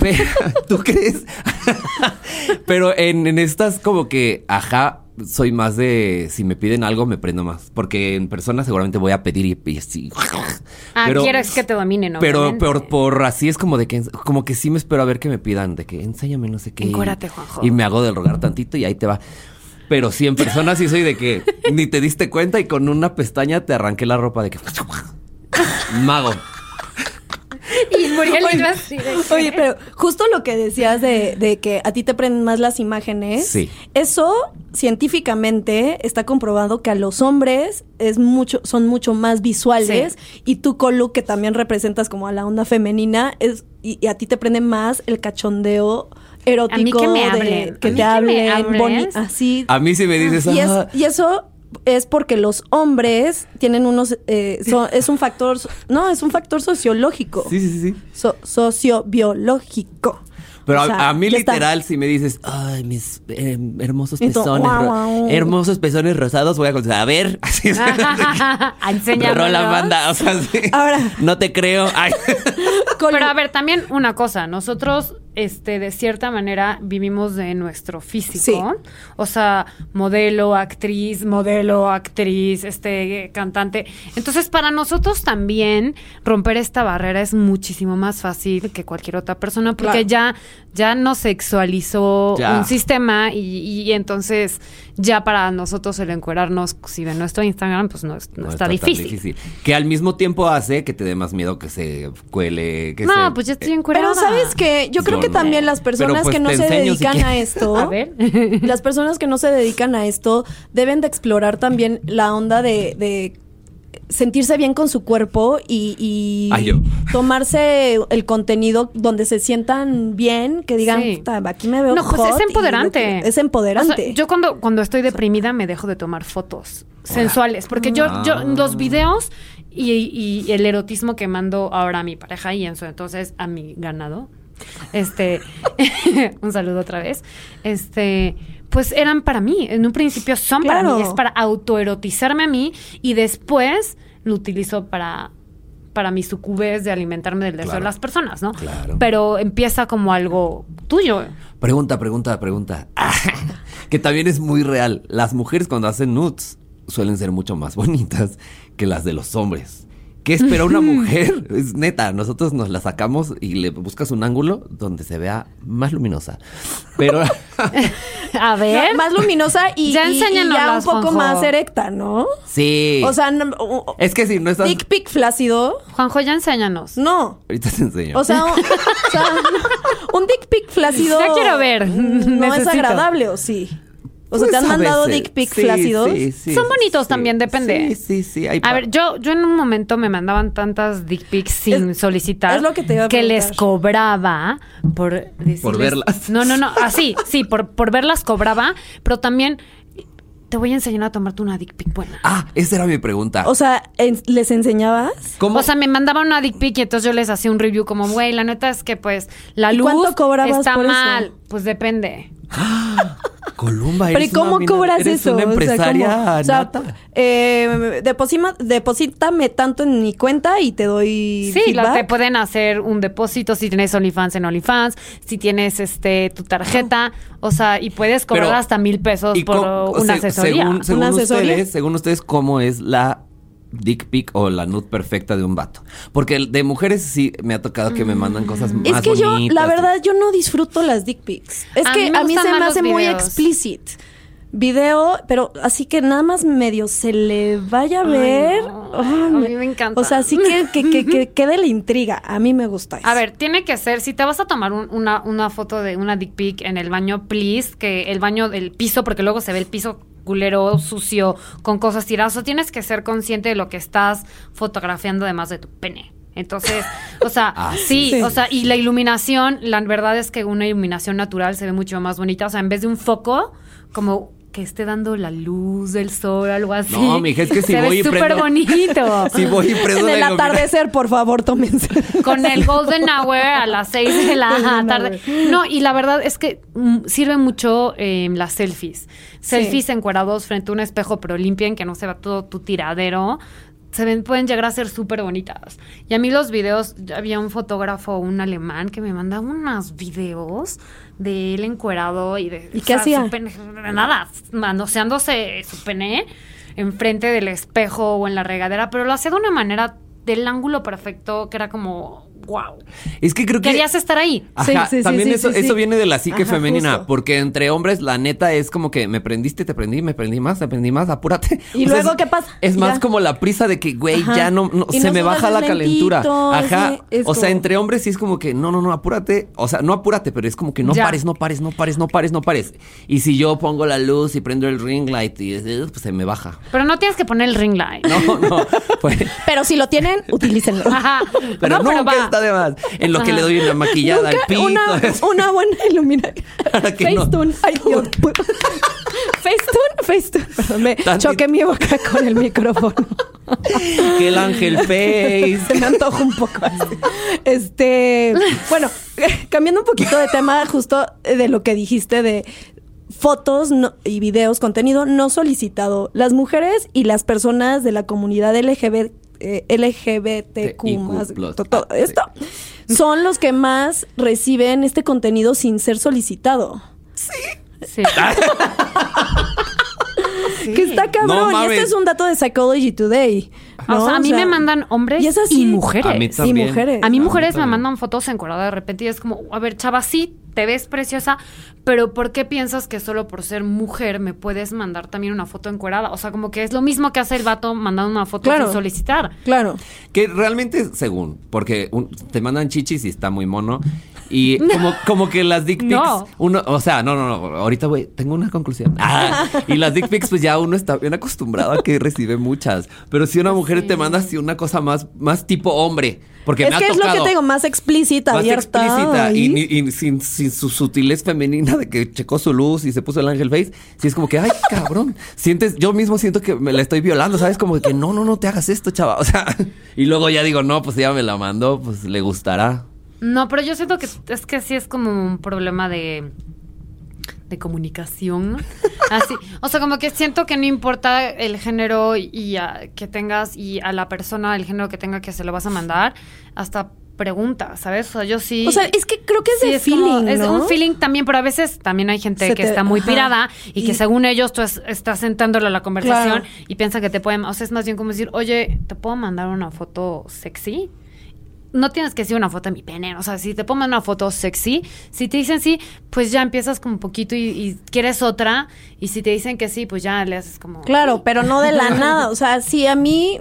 [SPEAKER 5] Pero, ¿Tú crees? Pero en, en estas como que, ajá, soy más de, si me piden algo, me prendo más. Porque en persona seguramente voy a pedir y, y así.
[SPEAKER 4] Ah, quieres que te dominen,
[SPEAKER 5] Pero
[SPEAKER 4] obviamente.
[SPEAKER 5] por, por así es como de que, como que sí me espero a ver que me pidan, de que enséñame no sé qué.
[SPEAKER 4] Encuérate, Juanjo.
[SPEAKER 5] Y me hago del rogar tantito y ahí te va. Pero sí, en persona sí soy de que ni te diste cuenta y con una pestaña te arranqué la ropa de que... Mago.
[SPEAKER 4] Y Muriel iba así de-
[SPEAKER 3] Oye, pero justo lo que decías de, de que a ti te prenden más las imágenes,
[SPEAKER 5] Sí.
[SPEAKER 3] eso científicamente está comprobado que a los hombres es mucho, son mucho más visuales y tú, Colu, que también representas como a la onda femenina, es, y, y a ti te prende más el cachondeo erótico.
[SPEAKER 4] que me
[SPEAKER 3] de-
[SPEAKER 4] hablen,
[SPEAKER 3] que
[SPEAKER 4] a mí
[SPEAKER 3] te
[SPEAKER 4] que me
[SPEAKER 3] hablen,
[SPEAKER 4] hables.
[SPEAKER 3] boni- así.
[SPEAKER 5] A mí sí me dices...
[SPEAKER 3] Y, es-
[SPEAKER 5] "Ah,
[SPEAKER 3] y eso es porque los hombres tienen unos... eh, son- es un factor... No, es un factor sociológico
[SPEAKER 5] sí, sí, sí, sí.
[SPEAKER 3] so- sociobiológico.
[SPEAKER 5] Pero
[SPEAKER 3] O
[SPEAKER 5] a-
[SPEAKER 3] sea,
[SPEAKER 5] a, mí
[SPEAKER 3] ya está.
[SPEAKER 5] literal, si me dices, ay, mis eh, hermosos
[SPEAKER 3] Y tú,
[SPEAKER 5] pezones,
[SPEAKER 3] guau,
[SPEAKER 5] ro-
[SPEAKER 3] guau.
[SPEAKER 5] hermosos pezones rosados, voy a contestar, a ver, así es.
[SPEAKER 4] Enséñamelo.
[SPEAKER 5] la banda, o sea, sí.
[SPEAKER 3] Ahora.
[SPEAKER 5] No te creo. Ay.
[SPEAKER 3] Con-
[SPEAKER 4] Pero a ver, también una cosa, nosotros, este, de cierta manera, vivimos de nuestro físico.
[SPEAKER 3] Sí.
[SPEAKER 4] O sea, modelo, actriz, modelo, actriz, este, cantante. Entonces, para nosotros también romper esta barrera es muchísimo más fácil que cualquier otra persona, porque ya, ya nos sexualizó
[SPEAKER 5] Ya.
[SPEAKER 4] un sistema y, y entonces ya para nosotros el encuerarnos, si ven nuestro Instagram, pues no, es- no está,
[SPEAKER 5] tan
[SPEAKER 4] difícil.
[SPEAKER 5] Que al mismo tiempo hace que te dé más miedo que se cuele, que
[SPEAKER 4] No,
[SPEAKER 5] se-
[SPEAKER 4] pues ya estoy
[SPEAKER 5] eh,
[SPEAKER 4] encuerada.
[SPEAKER 3] Pero sabes que yo creo
[SPEAKER 5] Yo
[SPEAKER 3] que
[SPEAKER 5] no.
[SPEAKER 3] también las
[SPEAKER 5] Pero,
[SPEAKER 3] personas
[SPEAKER 5] pues,
[SPEAKER 3] que no
[SPEAKER 5] te
[SPEAKER 3] se
[SPEAKER 5] enseño si
[SPEAKER 3] dedican a
[SPEAKER 5] quieres.
[SPEAKER 3] esto,
[SPEAKER 4] A ver.
[SPEAKER 3] las personas que no se dedican a esto deben de explorar también la onda de, de sentirse bien con su cuerpo y, y
[SPEAKER 5] Ay, Ah, yo.
[SPEAKER 3] tomarse el contenido donde se sientan bien, que digan,
[SPEAKER 4] Sí.
[SPEAKER 3] "Puta, aquí me veo.
[SPEAKER 4] No, pues
[SPEAKER 3] hot",
[SPEAKER 4] es
[SPEAKER 3] y
[SPEAKER 4] empoderante.
[SPEAKER 3] Es empoderante.
[SPEAKER 4] O sea, yo cuando, cuando estoy deprimida me dejo de tomar fotos sensuales, porque yo, yo
[SPEAKER 5] Ah.
[SPEAKER 4] los videos y, y el erotismo que mando ahora a mi pareja y en su entonces a mi ganado, este, un saludo otra vez, este, pues eran para mí, en un principio son para
[SPEAKER 3] Claro.
[SPEAKER 4] mí, es para autoerotizarme a mí y después lo utilizo para para mis sucubes de alimentarme del deseo
[SPEAKER 5] Claro.
[SPEAKER 4] de las personas, ¿no?
[SPEAKER 5] Claro.
[SPEAKER 4] Pero empieza como algo tuyo.
[SPEAKER 5] Pregunta, pregunta, pregunta. que también es muy real. Las mujeres cuando hacen nudes suelen ser mucho más bonitas que las de los hombres. ¿Qué espera una mujer? Es neta, nosotros nos la sacamos y le buscas un ángulo donde se vea más luminosa. Pero
[SPEAKER 4] A ver.
[SPEAKER 3] No, Eh, más luminosa y,
[SPEAKER 4] ¿eh? Ya
[SPEAKER 3] y- y ya un
[SPEAKER 4] enséñanoslas,
[SPEAKER 3] poco
[SPEAKER 4] Juanjo.
[SPEAKER 3] más erecta, ¿no?
[SPEAKER 5] sí.
[SPEAKER 3] O sea, no- o- o-
[SPEAKER 5] es que si no estás.
[SPEAKER 3] dick pic flácido,
[SPEAKER 4] Juanjo, ya enséñanos.
[SPEAKER 3] no.
[SPEAKER 5] Ahorita te enseño.
[SPEAKER 3] O sea, un, o sea, un dick pic flácido.
[SPEAKER 4] Ya quiero ver.
[SPEAKER 3] No es
[SPEAKER 4] Necesito.
[SPEAKER 3] agradable, ¿o sí? O sea,
[SPEAKER 5] Pues
[SPEAKER 3] ¿te han
[SPEAKER 5] a
[SPEAKER 3] mandado
[SPEAKER 5] veces.
[SPEAKER 3] dick pic
[SPEAKER 5] Sí,
[SPEAKER 3] flácidos?
[SPEAKER 5] sí, sí,
[SPEAKER 4] Son bonitos
[SPEAKER 5] sí.
[SPEAKER 4] también, depende.
[SPEAKER 5] Sí, sí, sí. hay
[SPEAKER 4] A
[SPEAKER 5] pa-
[SPEAKER 4] ver, yo, yo en un momento me mandaban tantas dick pics sin
[SPEAKER 3] Es-
[SPEAKER 4] solicitar
[SPEAKER 3] es lo que te iba a
[SPEAKER 4] les
[SPEAKER 3] preguntar.
[SPEAKER 4] cobraba por decirles-
[SPEAKER 5] Por verlas.
[SPEAKER 4] No, no, no. Así, sí, por, por verlas cobraba, pero también te voy a enseñar a tomarte una dick pic buena.
[SPEAKER 5] Ah, esa era mi pregunta.
[SPEAKER 3] O sea, en- ¿les enseñabas?
[SPEAKER 5] ¿Cómo?
[SPEAKER 4] O sea, me mandaban una dick pic y entonces yo les hacía un review como, güey, la neta es que pues la
[SPEAKER 3] ¿Y
[SPEAKER 4] luz
[SPEAKER 3] cuánto cobrabas
[SPEAKER 4] está
[SPEAKER 3] por eso?
[SPEAKER 4] mal. Pues depende.
[SPEAKER 5] Columba,
[SPEAKER 3] Pero
[SPEAKER 5] eres
[SPEAKER 3] ¿y cómo
[SPEAKER 5] una mina-
[SPEAKER 3] cobras
[SPEAKER 5] eres
[SPEAKER 3] eso?
[SPEAKER 5] una
[SPEAKER 3] O sea,
[SPEAKER 5] empresaria
[SPEAKER 3] ¿cómo? O sea,
[SPEAKER 5] nata.
[SPEAKER 3] eh, deposima- deposítame tanto en mi cuenta y te doy
[SPEAKER 4] Sí, la- te
[SPEAKER 3] feedback.
[SPEAKER 4] pueden hacer un depósito si tienes OnlyFans en OnlyFans, si tienes este tu tarjeta, o sea, y puedes cobrar
[SPEAKER 5] Pero,
[SPEAKER 4] hasta mil pesos
[SPEAKER 5] ¿Y
[SPEAKER 4] por
[SPEAKER 5] cómo-
[SPEAKER 4] uh, una
[SPEAKER 5] se-
[SPEAKER 4] asesoría.
[SPEAKER 5] Según, según
[SPEAKER 3] ¿Una asesoría?
[SPEAKER 5] ustedes, según ustedes, ¿cómo es la dick pic o la nude perfecta de un vato? Porque el- de mujeres sí me ha tocado que me mandan cosas más
[SPEAKER 3] Mm. Es que yo,
[SPEAKER 5] bonitas.
[SPEAKER 3] la verdad, yo no disfruto las dick pics. Es
[SPEAKER 4] A
[SPEAKER 3] que
[SPEAKER 4] mí me
[SPEAKER 3] a mí
[SPEAKER 4] gustan
[SPEAKER 3] se me
[SPEAKER 4] más
[SPEAKER 3] hace
[SPEAKER 4] los
[SPEAKER 3] muy
[SPEAKER 4] videos.
[SPEAKER 3] explicit. Video, pero así que nada más medio se le vaya a ver.
[SPEAKER 4] no.
[SPEAKER 3] Ay,
[SPEAKER 4] A mí me encanta.
[SPEAKER 3] O sea, así que, que, que, que quede la intriga. A mí me gusta eso.
[SPEAKER 4] A ver, tiene que ser, si te vas a tomar un- una, una foto de una dick pic en el baño, please, que el baño del piso, porque luego se ve el piso culero, sucio, con cosas tiradas, o tienes que ser consciente de lo que estás fotografiando además de tu pene. Entonces, o sea,
[SPEAKER 5] Ah,
[SPEAKER 4] sí,
[SPEAKER 3] sí.
[SPEAKER 4] o sea, y la iluminación, la verdad es que una iluminación natural se ve mucho más bonita, o sea, en vez de un foco, como que esté dando la luz del sol, algo así.
[SPEAKER 5] No, mija, es que si
[SPEAKER 4] se
[SPEAKER 5] voy y
[SPEAKER 4] ve súper
[SPEAKER 5] prendo-
[SPEAKER 4] bonito.
[SPEAKER 5] Si voy y
[SPEAKER 3] en
[SPEAKER 5] prendo la
[SPEAKER 3] el
[SPEAKER 5] ilumina-
[SPEAKER 3] atardecer, por favor, tómense.
[SPEAKER 4] con el Golden Hour a las 6 de la
[SPEAKER 3] Golden
[SPEAKER 4] tarde. No, y la verdad es que mm, sirven mucho eh, las selfies. Selfies encuerados frente a un espejo, pero limpien, que no se vea todo tu tiradero. Se ven, pueden llegar a ser súper bonitas. Y a mí los videos, había un fotógrafo, un alemán, que me mandaba unos videos de él encuerado y de...
[SPEAKER 3] ¿Y
[SPEAKER 4] o
[SPEAKER 3] qué
[SPEAKER 4] sea,
[SPEAKER 3] hacía?
[SPEAKER 4] su pene- nada, manoseándose su pene enfrente del espejo o en la regadera, pero lo hacía de una manera del ángulo perfecto que era como, wow.
[SPEAKER 5] Es que creo que.
[SPEAKER 4] Querías estar ahí.
[SPEAKER 5] Ajá,
[SPEAKER 3] Sí, sí, sí,
[SPEAKER 5] también
[SPEAKER 3] sí,
[SPEAKER 5] eso,
[SPEAKER 3] sí, sí.
[SPEAKER 5] eso viene de la psique
[SPEAKER 3] Ajá,
[SPEAKER 5] femenina,
[SPEAKER 3] justo.
[SPEAKER 5] porque entre hombres la neta es como que me prendiste, te prendí, me prendí más, te prendí más, apúrate.
[SPEAKER 3] ¿Y luego
[SPEAKER 5] es-
[SPEAKER 3] qué pasa?
[SPEAKER 5] Es
[SPEAKER 3] Y
[SPEAKER 5] más
[SPEAKER 3] ya.
[SPEAKER 5] como la prisa de que, güey,
[SPEAKER 3] Ajá.
[SPEAKER 5] ya no, no-
[SPEAKER 3] Y
[SPEAKER 5] se
[SPEAKER 3] no
[SPEAKER 5] me
[SPEAKER 3] se
[SPEAKER 5] baja la
[SPEAKER 3] vuelve
[SPEAKER 5] calentura.
[SPEAKER 3] lentito, es
[SPEAKER 5] Ajá.
[SPEAKER 3] de- es
[SPEAKER 5] o sea,
[SPEAKER 3] como-
[SPEAKER 5] entre hombres sí es como que, no, no, no, apúrate. O sea, no apúrate, pero es como que no
[SPEAKER 4] Ya.
[SPEAKER 5] pares, no pares, no pares, no pares, no pares. Y si yo pongo la luz y prendo el ring light y eh, pues se me baja.
[SPEAKER 4] Pero no tienes que poner el ring light.
[SPEAKER 5] No, no. pues-
[SPEAKER 3] Pero si lo tienen, utilícenlo.
[SPEAKER 4] Ajá.
[SPEAKER 5] pero
[SPEAKER 4] No,
[SPEAKER 5] nunca
[SPEAKER 4] va.
[SPEAKER 5] está de más. En lo que le doy una maquillada al
[SPEAKER 3] Nunca
[SPEAKER 5] pito.
[SPEAKER 3] una,
[SPEAKER 5] es-
[SPEAKER 3] una buena iluminación.
[SPEAKER 5] Para que no.
[SPEAKER 3] Facetune. Ay, Dios. Facetune, Facetune. Perdón, me
[SPEAKER 5] Tantito.
[SPEAKER 3] choqué mi boca con el micrófono.
[SPEAKER 5] que el ángel face.
[SPEAKER 3] Se me antoja un poco así. Este, bueno, cambiando un poquito de tema, justo de lo que dijiste de fotos no- y videos, contenido no solicitado. Las mujeres y las personas de la comunidad LGBT, eh, LGBTQ+, más,
[SPEAKER 5] TIQ+,
[SPEAKER 3] to- todo
[SPEAKER 5] ah, sí.
[SPEAKER 3] esto, son los que más reciben este contenido sin ser solicitado.
[SPEAKER 4] Sí.
[SPEAKER 3] Que está cabrón. y
[SPEAKER 5] mames.
[SPEAKER 3] este es un dato de Psychology Today.
[SPEAKER 4] O
[SPEAKER 3] ¿no?
[SPEAKER 4] sea, a mí me mandan hombres
[SPEAKER 3] y
[SPEAKER 4] y,
[SPEAKER 3] es así.
[SPEAKER 4] mujeres.
[SPEAKER 5] A mí
[SPEAKER 3] Sí,
[SPEAKER 5] también.
[SPEAKER 3] mujeres.
[SPEAKER 4] A mí
[SPEAKER 5] A mí
[SPEAKER 4] mujeres me
[SPEAKER 5] también.
[SPEAKER 4] mandan fotos encuadradas de repente y es como, a ver, chava, sí, te ves preciosa, pero ¿por qué piensas que solo por ser mujer me puedes mandar también una foto encuerada? O sea, como que es lo mismo que hace el vato mandando una foto
[SPEAKER 3] Claro.
[SPEAKER 4] sin solicitar.
[SPEAKER 3] Claro.
[SPEAKER 5] Que realmente, según, porque un- te mandan chichis y está muy mono. Y como, como que las dick pics,
[SPEAKER 4] No.
[SPEAKER 5] uno, o sea, no, no, no, ahorita, güey, tengo una conclusión. Ah, y las dick pics, pues ya uno está bien acostumbrado a que recibe muchas. Pero si una
[SPEAKER 4] Pues
[SPEAKER 5] mujer te manda así una cosa más, más tipo hombre, porque
[SPEAKER 3] es
[SPEAKER 5] me ha
[SPEAKER 3] que es lo que
[SPEAKER 5] tocado,
[SPEAKER 3] te digo, más explícita,
[SPEAKER 5] más
[SPEAKER 3] abierta.
[SPEAKER 5] explícita y,
[SPEAKER 3] ahí.
[SPEAKER 5] ni- y sin, sin su sutilez femenina de que checó su luz y se puso el ángel face. Si es como que, ay, cabrón, sientes, yo mismo siento que me la estoy violando, ¿sabes? Como que no, no, no te hagas esto, chava. O sea, y luego ya digo, no, pues ella me la mandó, pues le gustará.
[SPEAKER 4] No, pero yo siento que es que sí es como un problema de de comunicación. Así, o sea, como que siento que no importa el género y a- que tengas y a la persona el género que tenga que se lo vas a mandar, hasta pregunta, ¿sabes? O sea, yo sí
[SPEAKER 3] O sea, es que creo que es
[SPEAKER 4] Sí,
[SPEAKER 3] de feeling,
[SPEAKER 4] como- es
[SPEAKER 3] ¿no?
[SPEAKER 4] un feeling también, pero a veces también hay gente
[SPEAKER 3] Se
[SPEAKER 4] que
[SPEAKER 3] te-
[SPEAKER 4] está muy
[SPEAKER 3] ajá.
[SPEAKER 4] pirada y, que
[SPEAKER 3] Y-
[SPEAKER 4] según ellos tú es- estás sentándole a la conversación
[SPEAKER 3] Claro.
[SPEAKER 4] y piensan que te pueden, o sea, es más bien como decir, oye, ¿te puedo mandar una foto sexy? No tienes que decir una foto de mi pene, o sea, si te ponen una foto sexy, si te dicen sí, pues ya empiezas como un poquito y, y quieres otra, y si te dicen que sí, pues ya le haces como...
[SPEAKER 3] Claro, pero no de la nada. O sea, si a mí,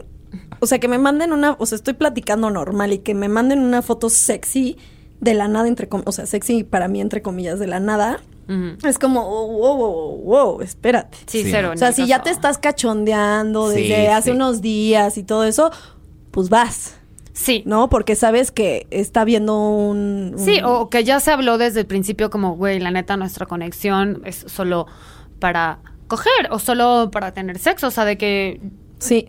[SPEAKER 3] o sea, que me manden una, o sea, estoy platicando normal y que me manden una foto sexy de la nada, entre comillas, o sea, sexy para mí, entre comillas, de la nada,
[SPEAKER 4] Ujú.
[SPEAKER 3] es como, oh, wow, wow, wow, espérate.
[SPEAKER 4] Sí,
[SPEAKER 5] Sí.
[SPEAKER 4] cero.
[SPEAKER 3] O
[SPEAKER 4] en
[SPEAKER 3] sea,
[SPEAKER 4] mi
[SPEAKER 3] si ya
[SPEAKER 4] caso.
[SPEAKER 3] te estás cachondeando
[SPEAKER 5] Sí,
[SPEAKER 3] desde hace
[SPEAKER 5] sí.
[SPEAKER 3] unos días y todo eso, pues vas,
[SPEAKER 4] Sí.
[SPEAKER 3] ¿no? Porque sabes que está viendo un...
[SPEAKER 4] Sí,
[SPEAKER 3] un-
[SPEAKER 4] o que ya se habló desde el principio como, güey, la neta, nuestra conexión es solo para coger o solo para tener sexo, o sea, de que
[SPEAKER 3] Sí.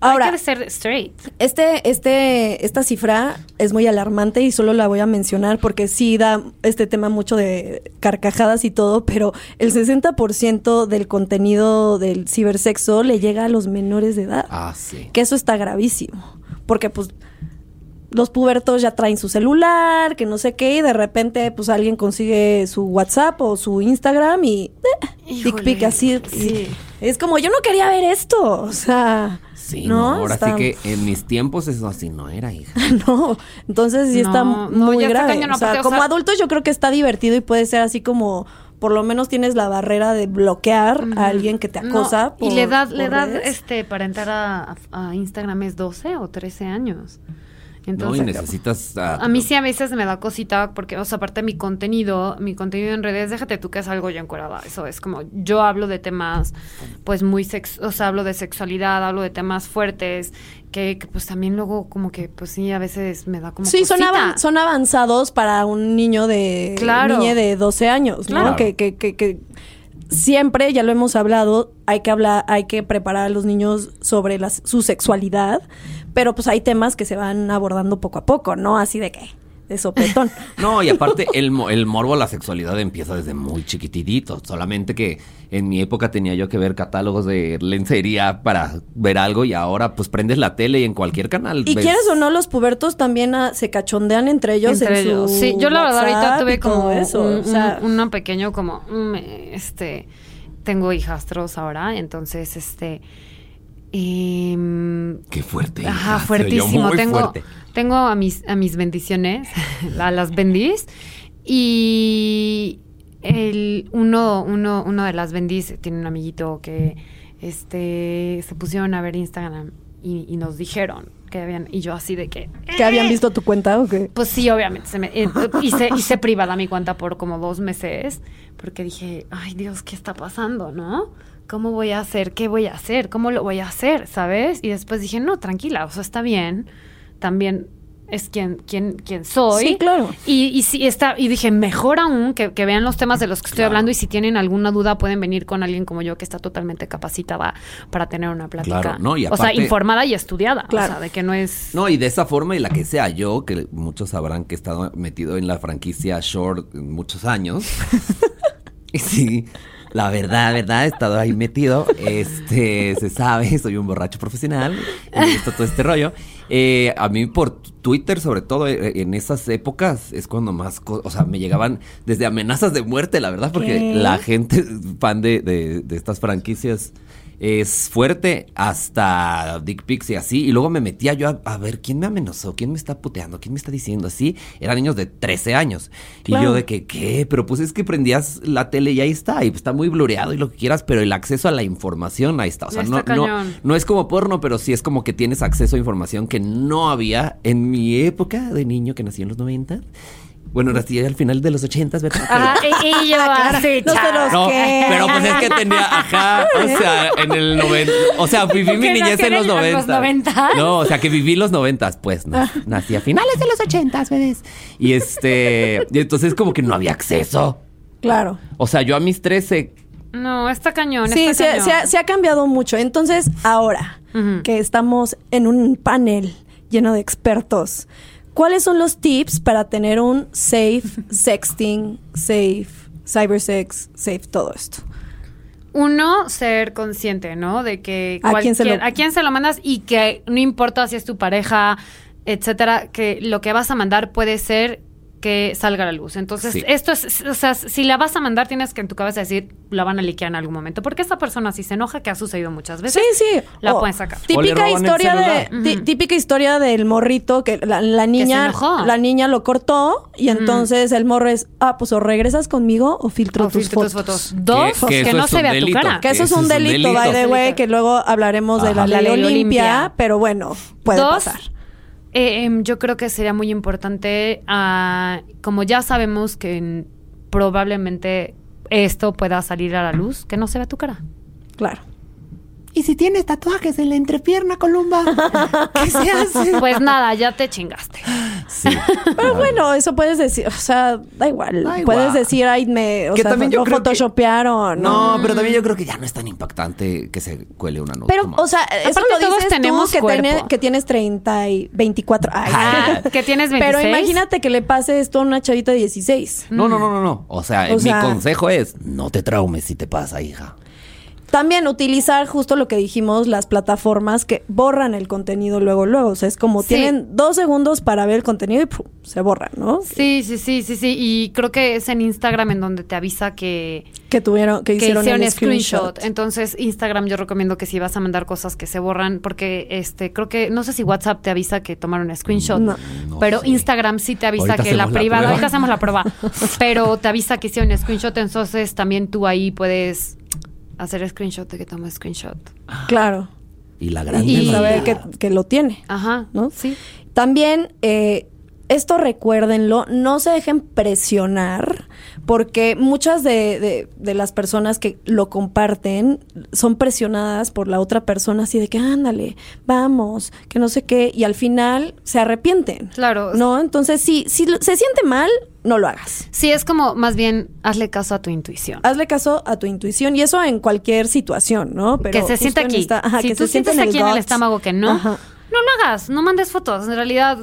[SPEAKER 4] Ahora, Hay
[SPEAKER 3] Ahora,
[SPEAKER 4] que ser straight.
[SPEAKER 3] este, este, esta cifra es muy alarmante y solo la voy a mencionar porque sí da este tema mucho de carcajadas y todo, pero el 60% del contenido del cibersexo le llega a los menores de edad.
[SPEAKER 5] Ah, sí.
[SPEAKER 3] Que eso está gravísimo. Porque, pues, los pubertos ya traen su celular, que no sé qué, y de repente, pues, alguien consigue su WhatsApp o su Instagram y. eh, dick
[SPEAKER 4] Híjole,
[SPEAKER 3] pic así.
[SPEAKER 4] sí.
[SPEAKER 3] y es como, yo no quería ver esto. O sea.
[SPEAKER 5] Sí, no, ahora
[SPEAKER 3] Está-
[SPEAKER 5] sí que en mis tiempos eso así no era, hija.
[SPEAKER 3] No, entonces sí está
[SPEAKER 4] No, no,
[SPEAKER 3] muy
[SPEAKER 4] ya está
[SPEAKER 3] grave.
[SPEAKER 4] cañón,
[SPEAKER 3] o sea,
[SPEAKER 4] aparte, o
[SPEAKER 3] como
[SPEAKER 4] sea-
[SPEAKER 3] adultos yo creo que está divertido y puede ser así como por lo menos tienes la barrera de bloquear
[SPEAKER 4] Ujú.
[SPEAKER 3] a alguien que te
[SPEAKER 4] No,
[SPEAKER 3] acosa. por-
[SPEAKER 4] y la edad,
[SPEAKER 3] por
[SPEAKER 4] la edad
[SPEAKER 3] redes.
[SPEAKER 4] este, para entrar a, a Instagram es 12 o 13 años.
[SPEAKER 5] No, y
[SPEAKER 4] Entonces,
[SPEAKER 5] necesitas... ah,
[SPEAKER 4] a mí sí a veces me da cosita porque, o sea, aparte mi contenido, mi contenido en redes, déjate tú que es algo yo encuerada. Eso es como, yo hablo de temas, pues muy sex, o sea, hablo de sexualidad, hablo de temas fuertes, que, que, pues también luego como que, pues sí, a veces me da como
[SPEAKER 3] Sí, son,
[SPEAKER 4] cosita.
[SPEAKER 3] avan- son avanzados para un niño de
[SPEAKER 4] Claro.
[SPEAKER 3] niña de 12 años, ¿no?
[SPEAKER 5] Claro.
[SPEAKER 3] Que, que, que, que siempre, ya lo hemos hablado, hay que hablar, hay que preparar a los niños sobre las- su sexualidad, pero pues hay temas que se van abordando poco a poco, ¿no? Así de que, de sopetón.
[SPEAKER 5] No, y aparte el, mo- el morbo a la sexualidad empieza desde muy chiquititito. Solamente que en mi época tenía yo que ver catálogos de lencería para ver algo y ahora pues prendes la tele y en cualquier canal.
[SPEAKER 3] Y
[SPEAKER 5] ves-
[SPEAKER 3] quieres o no, los pubertos también ah, se cachondean entre ellos.
[SPEAKER 4] Entre
[SPEAKER 3] en su
[SPEAKER 4] ellos. Sí, yo la verdad ahorita
[SPEAKER 3] WhatsApp y
[SPEAKER 4] tuve como
[SPEAKER 3] todo eso.
[SPEAKER 4] un,
[SPEAKER 3] o sea,
[SPEAKER 4] un- uno pequeño como, mm, este, tengo hijastros ahora, entonces, este, em,
[SPEAKER 5] Qué fuerte.
[SPEAKER 4] Ajá,
[SPEAKER 5] hija, se oyó
[SPEAKER 4] fuertísimo.
[SPEAKER 5] muy
[SPEAKER 4] Tengo,
[SPEAKER 5] fuerte.
[SPEAKER 4] tengo a mis, a mis bendiciones, a las bendis. Y el, uno, uno, uno de las bendis tiene un amiguito que este se pusieron a ver Instagram y, y nos dijeron que habían, y yo así de que.
[SPEAKER 3] ¿Que
[SPEAKER 4] Eh.
[SPEAKER 3] habían visto tu cuenta o qué?
[SPEAKER 4] Pues sí, obviamente. Se me, eh, hice, hice privada mi cuenta por como dos meses porque dije, ay Dios, ¿qué está pasando, no? ¿Cómo voy a hacer? ¿Qué voy a hacer? ¿Cómo lo voy a hacer? ¿Sabes? Y después dije, no, tranquila, o sea, está bien. También es quien, quien, quien soy.
[SPEAKER 3] Sí, claro.
[SPEAKER 4] Y, y sí, está, y dije, mejor aún que, que vean los temas de los que estoy
[SPEAKER 5] Claro.
[SPEAKER 4] hablando y si tienen alguna duda pueden venir con alguien como yo que está totalmente capacitada para tener una plática.
[SPEAKER 5] Claro, no, y
[SPEAKER 4] o sea,
[SPEAKER 5] aparte-
[SPEAKER 4] informada y estudiada. O
[SPEAKER 3] Claro.
[SPEAKER 4] sea, de que no es...
[SPEAKER 5] No, y de esa forma, y la que sea yo, que muchos sabrán que he estado metido en la franquicia Short muchos años. y sí, la verdad, verdad, he estado ahí metido. Este, se sabe, soy un borracho profesional. Me gusta todo este rollo. Eh, a mí por Twitter, sobre todo eh, en esas épocas, es cuando más, co- o sea, me llegaban desde amenazas de muerte, la verdad, porque
[SPEAKER 3] ¿Qué?
[SPEAKER 5] la gente fan de, de- de estas franquicias es fuerte hasta Dick Pics y así. Y luego me metía yo a, a ver quién me amenazó, quién me está puteando, quién me está diciendo así. Eran niños de 13 años. Y
[SPEAKER 3] Claro.
[SPEAKER 5] yo de que, ¿qué? Pero pues es que prendías la tele y ahí está. Y está muy blureado y lo que quieras, pero el acceso a la información ahí está. O sea,
[SPEAKER 4] Está
[SPEAKER 5] no, no,
[SPEAKER 4] cañón.
[SPEAKER 5] no es como porno, pero sí es como que tienes acceso a información que no había en mi época de niño que nací en los 90. Bueno, nací al final de los 80, ¿verdad? Pero-
[SPEAKER 4] Ajá, Ah, y, y yo así,
[SPEAKER 3] No se
[SPEAKER 4] chao.
[SPEAKER 3] los
[SPEAKER 5] no,
[SPEAKER 3] que-
[SPEAKER 5] pero pues es que tenía, ajá, o sea, en el 90, o sea, viví mi
[SPEAKER 4] Que
[SPEAKER 5] niñez en los
[SPEAKER 4] nacieron en
[SPEAKER 5] 90.
[SPEAKER 4] los 90.
[SPEAKER 5] No, o sea, que viví los 90, pues,
[SPEAKER 3] Ah.
[SPEAKER 5] na- nací a finales de los 80, ¿ves? Y este, y entonces como que no había acceso.
[SPEAKER 3] Claro.
[SPEAKER 5] O sea, yo a mis 13,
[SPEAKER 4] No, está cañón.
[SPEAKER 3] Sí,
[SPEAKER 4] está
[SPEAKER 3] se,
[SPEAKER 4] cañón.
[SPEAKER 3] se ha, se ha cambiado mucho. Entonces, ahora
[SPEAKER 4] este Ujú.
[SPEAKER 3] que estamos en un panel lleno de expertos, ¿cuáles son los tips para tener un safe sexting, safe cybersex, safe todo esto?
[SPEAKER 4] Uno, ser consciente, ¿no? De que
[SPEAKER 3] ¿A quién se
[SPEAKER 4] cualquier-
[SPEAKER 3] lo-
[SPEAKER 4] a quién se lo mandas y que no importa si es tu pareja, etcétera, que lo que vas a mandar puede ser que salga a la luz. Entonces,
[SPEAKER 5] Sí.
[SPEAKER 4] esto es, o sea, si la vas a mandar, tienes que en tu cabeza decir, la van a liquear en algún momento. Porque esa persona si se enoja, que ha sucedido muchas veces.
[SPEAKER 3] Sí, sí.
[SPEAKER 4] la
[SPEAKER 3] O-
[SPEAKER 4] pueden sacar.
[SPEAKER 5] O le
[SPEAKER 3] Típica
[SPEAKER 5] roban el
[SPEAKER 3] historia de
[SPEAKER 5] celular.
[SPEAKER 3] tí- típica historia del morrito que la, la niña
[SPEAKER 4] enojó.
[SPEAKER 3] la niña lo cortó y entonces el morro es ah pues o regresas conmigo o filtro,
[SPEAKER 4] O
[SPEAKER 3] tus,
[SPEAKER 4] filtro
[SPEAKER 3] fotos.
[SPEAKER 4] tus fotos. Dos,
[SPEAKER 5] Que-
[SPEAKER 4] que,
[SPEAKER 5] que eso
[SPEAKER 4] no
[SPEAKER 5] es
[SPEAKER 4] se
[SPEAKER 5] un
[SPEAKER 4] vea tu
[SPEAKER 5] delito.
[SPEAKER 4] cara.
[SPEAKER 3] Que eso es un
[SPEAKER 5] Ese es un
[SPEAKER 3] delito,
[SPEAKER 5] delito.
[SPEAKER 3] by the way,
[SPEAKER 4] Delito.
[SPEAKER 3] que luego hablaremos de la
[SPEAKER 5] Ajá.
[SPEAKER 3] ley,
[SPEAKER 4] La ley
[SPEAKER 3] Olimpia,
[SPEAKER 4] Olimpia.
[SPEAKER 3] pero bueno, puede
[SPEAKER 4] Dos,
[SPEAKER 3] pasar.
[SPEAKER 4] Eh, em, yo creo que sería muy importante, ah, como ya sabemos que en- probablemente esto pueda salir a la luz, que no se vea tu cara.
[SPEAKER 3] Claro.
[SPEAKER 6] Y si tienes tatuajes en la entrepierna, Columba, ¿qué se hace?
[SPEAKER 4] Pues nada, ya te chingaste.
[SPEAKER 5] Sí.
[SPEAKER 3] Pero ah, bueno, eso puedes decir, o sea, da igual.
[SPEAKER 5] Da igual.
[SPEAKER 3] puedes decir, ay, me, o
[SPEAKER 5] Que
[SPEAKER 3] sea,
[SPEAKER 5] también yo
[SPEAKER 3] lo
[SPEAKER 5] creo que-
[SPEAKER 3] photoshopearon.
[SPEAKER 5] No, pero también yo creo que ya no es tan impactante que se cuele una nota.
[SPEAKER 3] Pero,
[SPEAKER 5] más.
[SPEAKER 3] o sea, eso
[SPEAKER 1] Aparte
[SPEAKER 3] lo
[SPEAKER 1] todos
[SPEAKER 3] dices
[SPEAKER 1] tenemos
[SPEAKER 3] tú que,
[SPEAKER 1] cuerpo.
[SPEAKER 3] tiene- que tienes 30 y 24. Ay,
[SPEAKER 4] Ah, que tienes 26.
[SPEAKER 3] Pero imagínate que le pase esto a una chavita de 16.
[SPEAKER 5] No, no, no, no, no. O sea,
[SPEAKER 3] mm. O
[SPEAKER 5] mi
[SPEAKER 3] sea-
[SPEAKER 5] consejo es, no te traumes si te pasa, hija.
[SPEAKER 3] También utilizar justo lo que dijimos, las plataformas que borran el contenido luego, luego. O sea, es como
[SPEAKER 4] Sí.
[SPEAKER 3] tienen dos segundos para ver el contenido y ¡pum! se borran, ¿no?
[SPEAKER 4] Sí, sí, sí, sí, sí. Y creo que es en Instagram en donde te avisa que,
[SPEAKER 3] Que tuvieron, que
[SPEAKER 4] que
[SPEAKER 3] hicieron,
[SPEAKER 4] hicieron,
[SPEAKER 3] el
[SPEAKER 4] screenshot.
[SPEAKER 3] screenshot.
[SPEAKER 4] Entonces, Instagram yo recomiendo que si vas a mandar cosas que se borran, porque este, creo que, no sé si WhatsApp te avisa que tomaron screenshot.
[SPEAKER 3] No.
[SPEAKER 5] No
[SPEAKER 4] pero
[SPEAKER 5] sé.
[SPEAKER 4] Instagram sí te avisa
[SPEAKER 5] Ahorita
[SPEAKER 4] que la
[SPEAKER 5] hacemos la
[SPEAKER 4] privada,
[SPEAKER 5] prueba.
[SPEAKER 4] ahorita hacemos la prueba, pero te avisa que hicieron screenshot, entonces también tú ahí puedes hacer screenshot de que tomas screenshot.
[SPEAKER 3] Claro.
[SPEAKER 5] Y la grande
[SPEAKER 3] Y
[SPEAKER 5] maldad.
[SPEAKER 3] saber que, que lo tiene.
[SPEAKER 4] Ajá,
[SPEAKER 3] ¿no?
[SPEAKER 4] Sí.
[SPEAKER 3] También, eh, esto recuérdenlo, no se dejen presionar, porque muchas de, de- de las personas que lo comparten son presionadas por la otra persona, así de que ándale, vamos, que no sé qué, y al final se arrepienten.
[SPEAKER 4] Claro.
[SPEAKER 3] ¿No? Entonces, si, si lo- se siente mal, no lo hagas.
[SPEAKER 4] Sí, es como más bien hazle caso a tu intuición.
[SPEAKER 3] Hazle caso a tu intuición y eso en cualquier situación, ¿no?
[SPEAKER 4] que se
[SPEAKER 3] justo
[SPEAKER 4] sienta
[SPEAKER 3] en
[SPEAKER 4] aquí.
[SPEAKER 3] esta- ajá,
[SPEAKER 4] si
[SPEAKER 3] que
[SPEAKER 4] tú
[SPEAKER 3] se sienta
[SPEAKER 4] sientes aquí en el
[SPEAKER 3] gut.
[SPEAKER 4] estómago que no,
[SPEAKER 3] Ajá.
[SPEAKER 4] no lo hagas, no mandes fotos. En realidad,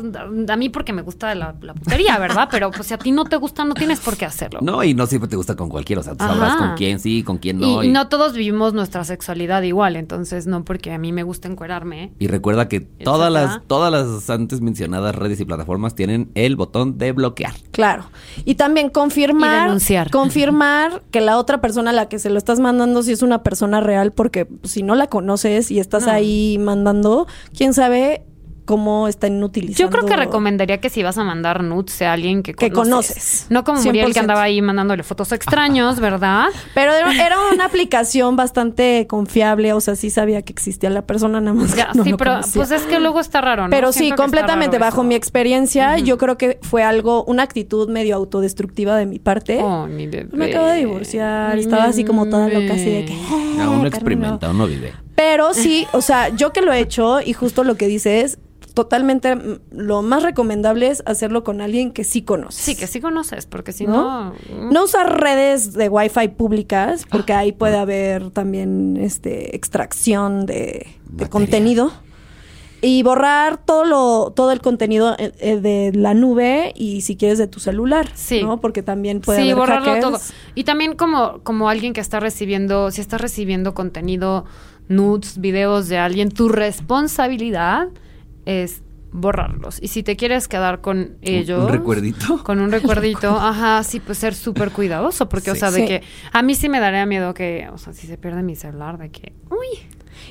[SPEAKER 4] a mí porque me gusta la, la putería, ¿verdad? Pero pues si a ti no te gusta, no tienes por qué hacerlo.
[SPEAKER 5] No, y no siempre te gusta con cualquiera. O sea, tú sabrás
[SPEAKER 4] Ajá.
[SPEAKER 5] con quién sí, con quién no.
[SPEAKER 4] y, no todos vivimos nuestra sexualidad igual, entonces no porque a mí me gusta encuerarme. ¿eh?
[SPEAKER 5] Y recuerda que todas
[SPEAKER 4] Etcétera.
[SPEAKER 5] las, todas las antes mencionadas redes y plataformas tienen el botón de bloquear.
[SPEAKER 3] Claro. Y también confirmar.
[SPEAKER 4] Y denunciar.
[SPEAKER 3] Confirmar que la otra persona a la que se lo estás mandando si es una persona real, porque si no la conoces y estás ahí mandando, quién sabe cómo están utilizando.
[SPEAKER 4] Yo creo que recomendaría que si vas a mandar nudes sea alguien que
[SPEAKER 3] Que
[SPEAKER 4] conoces.
[SPEAKER 3] conoces.
[SPEAKER 4] No como Muriel que
[SPEAKER 3] 100%.
[SPEAKER 4] andaba ahí mandándole fotos a extraños, ¿verdad?
[SPEAKER 3] Pero era, era una aplicación bastante confiable, o sea, sí sabía que existía la persona, nada más. que
[SPEAKER 4] Ya,
[SPEAKER 3] no
[SPEAKER 4] sí,
[SPEAKER 3] lo
[SPEAKER 4] pero
[SPEAKER 3] conocía.
[SPEAKER 4] pues es que luego está raro, ¿no?
[SPEAKER 3] Pero sí,
[SPEAKER 4] Siento que está
[SPEAKER 3] completamente
[SPEAKER 4] raro
[SPEAKER 3] bajo
[SPEAKER 4] eso.
[SPEAKER 3] mi experiencia, yo creo que fue algo, una actitud medio autodestructiva de mi parte.
[SPEAKER 4] Ay, mi bebé.
[SPEAKER 3] ¿Eh? Me acabo de divorciar,
[SPEAKER 4] Mi
[SPEAKER 3] estaba así como toda
[SPEAKER 4] bebé.
[SPEAKER 3] loca, así de que.
[SPEAKER 4] Mm.
[SPEAKER 5] Ya,
[SPEAKER 3] "Ah,
[SPEAKER 5] uno
[SPEAKER 3] carnal, no".
[SPEAKER 5] experimenta, uno vive.
[SPEAKER 3] Pero sí, o sea, yo que lo he hecho y justo lo que dices, totalmente mm, lo más recomendable es hacerlo con alguien que sí conoces.
[SPEAKER 4] Sí, que sí conoces, porque si
[SPEAKER 3] ¿No?
[SPEAKER 4] no... mm.
[SPEAKER 3] No usar redes de wifi públicas, porque ahí puede haber también este extracción de, de
[SPEAKER 5] Material.
[SPEAKER 3] contenido. Y borrar todo lo, todo el contenido eh, eh, de la nube y si quieres de tu celular,
[SPEAKER 4] Sí.
[SPEAKER 3] ¿no? Porque también puede
[SPEAKER 4] sí,
[SPEAKER 3] haber
[SPEAKER 4] borrarlo
[SPEAKER 3] hackers.
[SPEAKER 4] todo. Y también como, como alguien que está recibiendo, si estás recibiendo contenido, nudes, videos de alguien, tu responsabilidad es borrarlos. Y si te quieres quedar con ellos...
[SPEAKER 5] Un recuerdito.
[SPEAKER 4] Con un recuerdito, ajá, sí, pues ser súper cuidadoso, porque, o
[SPEAKER 5] Sí.
[SPEAKER 4] sea, de
[SPEAKER 3] Sí.
[SPEAKER 4] que a mí sí me daría miedo que, o sea, si se pierde mi celular, de que, uy,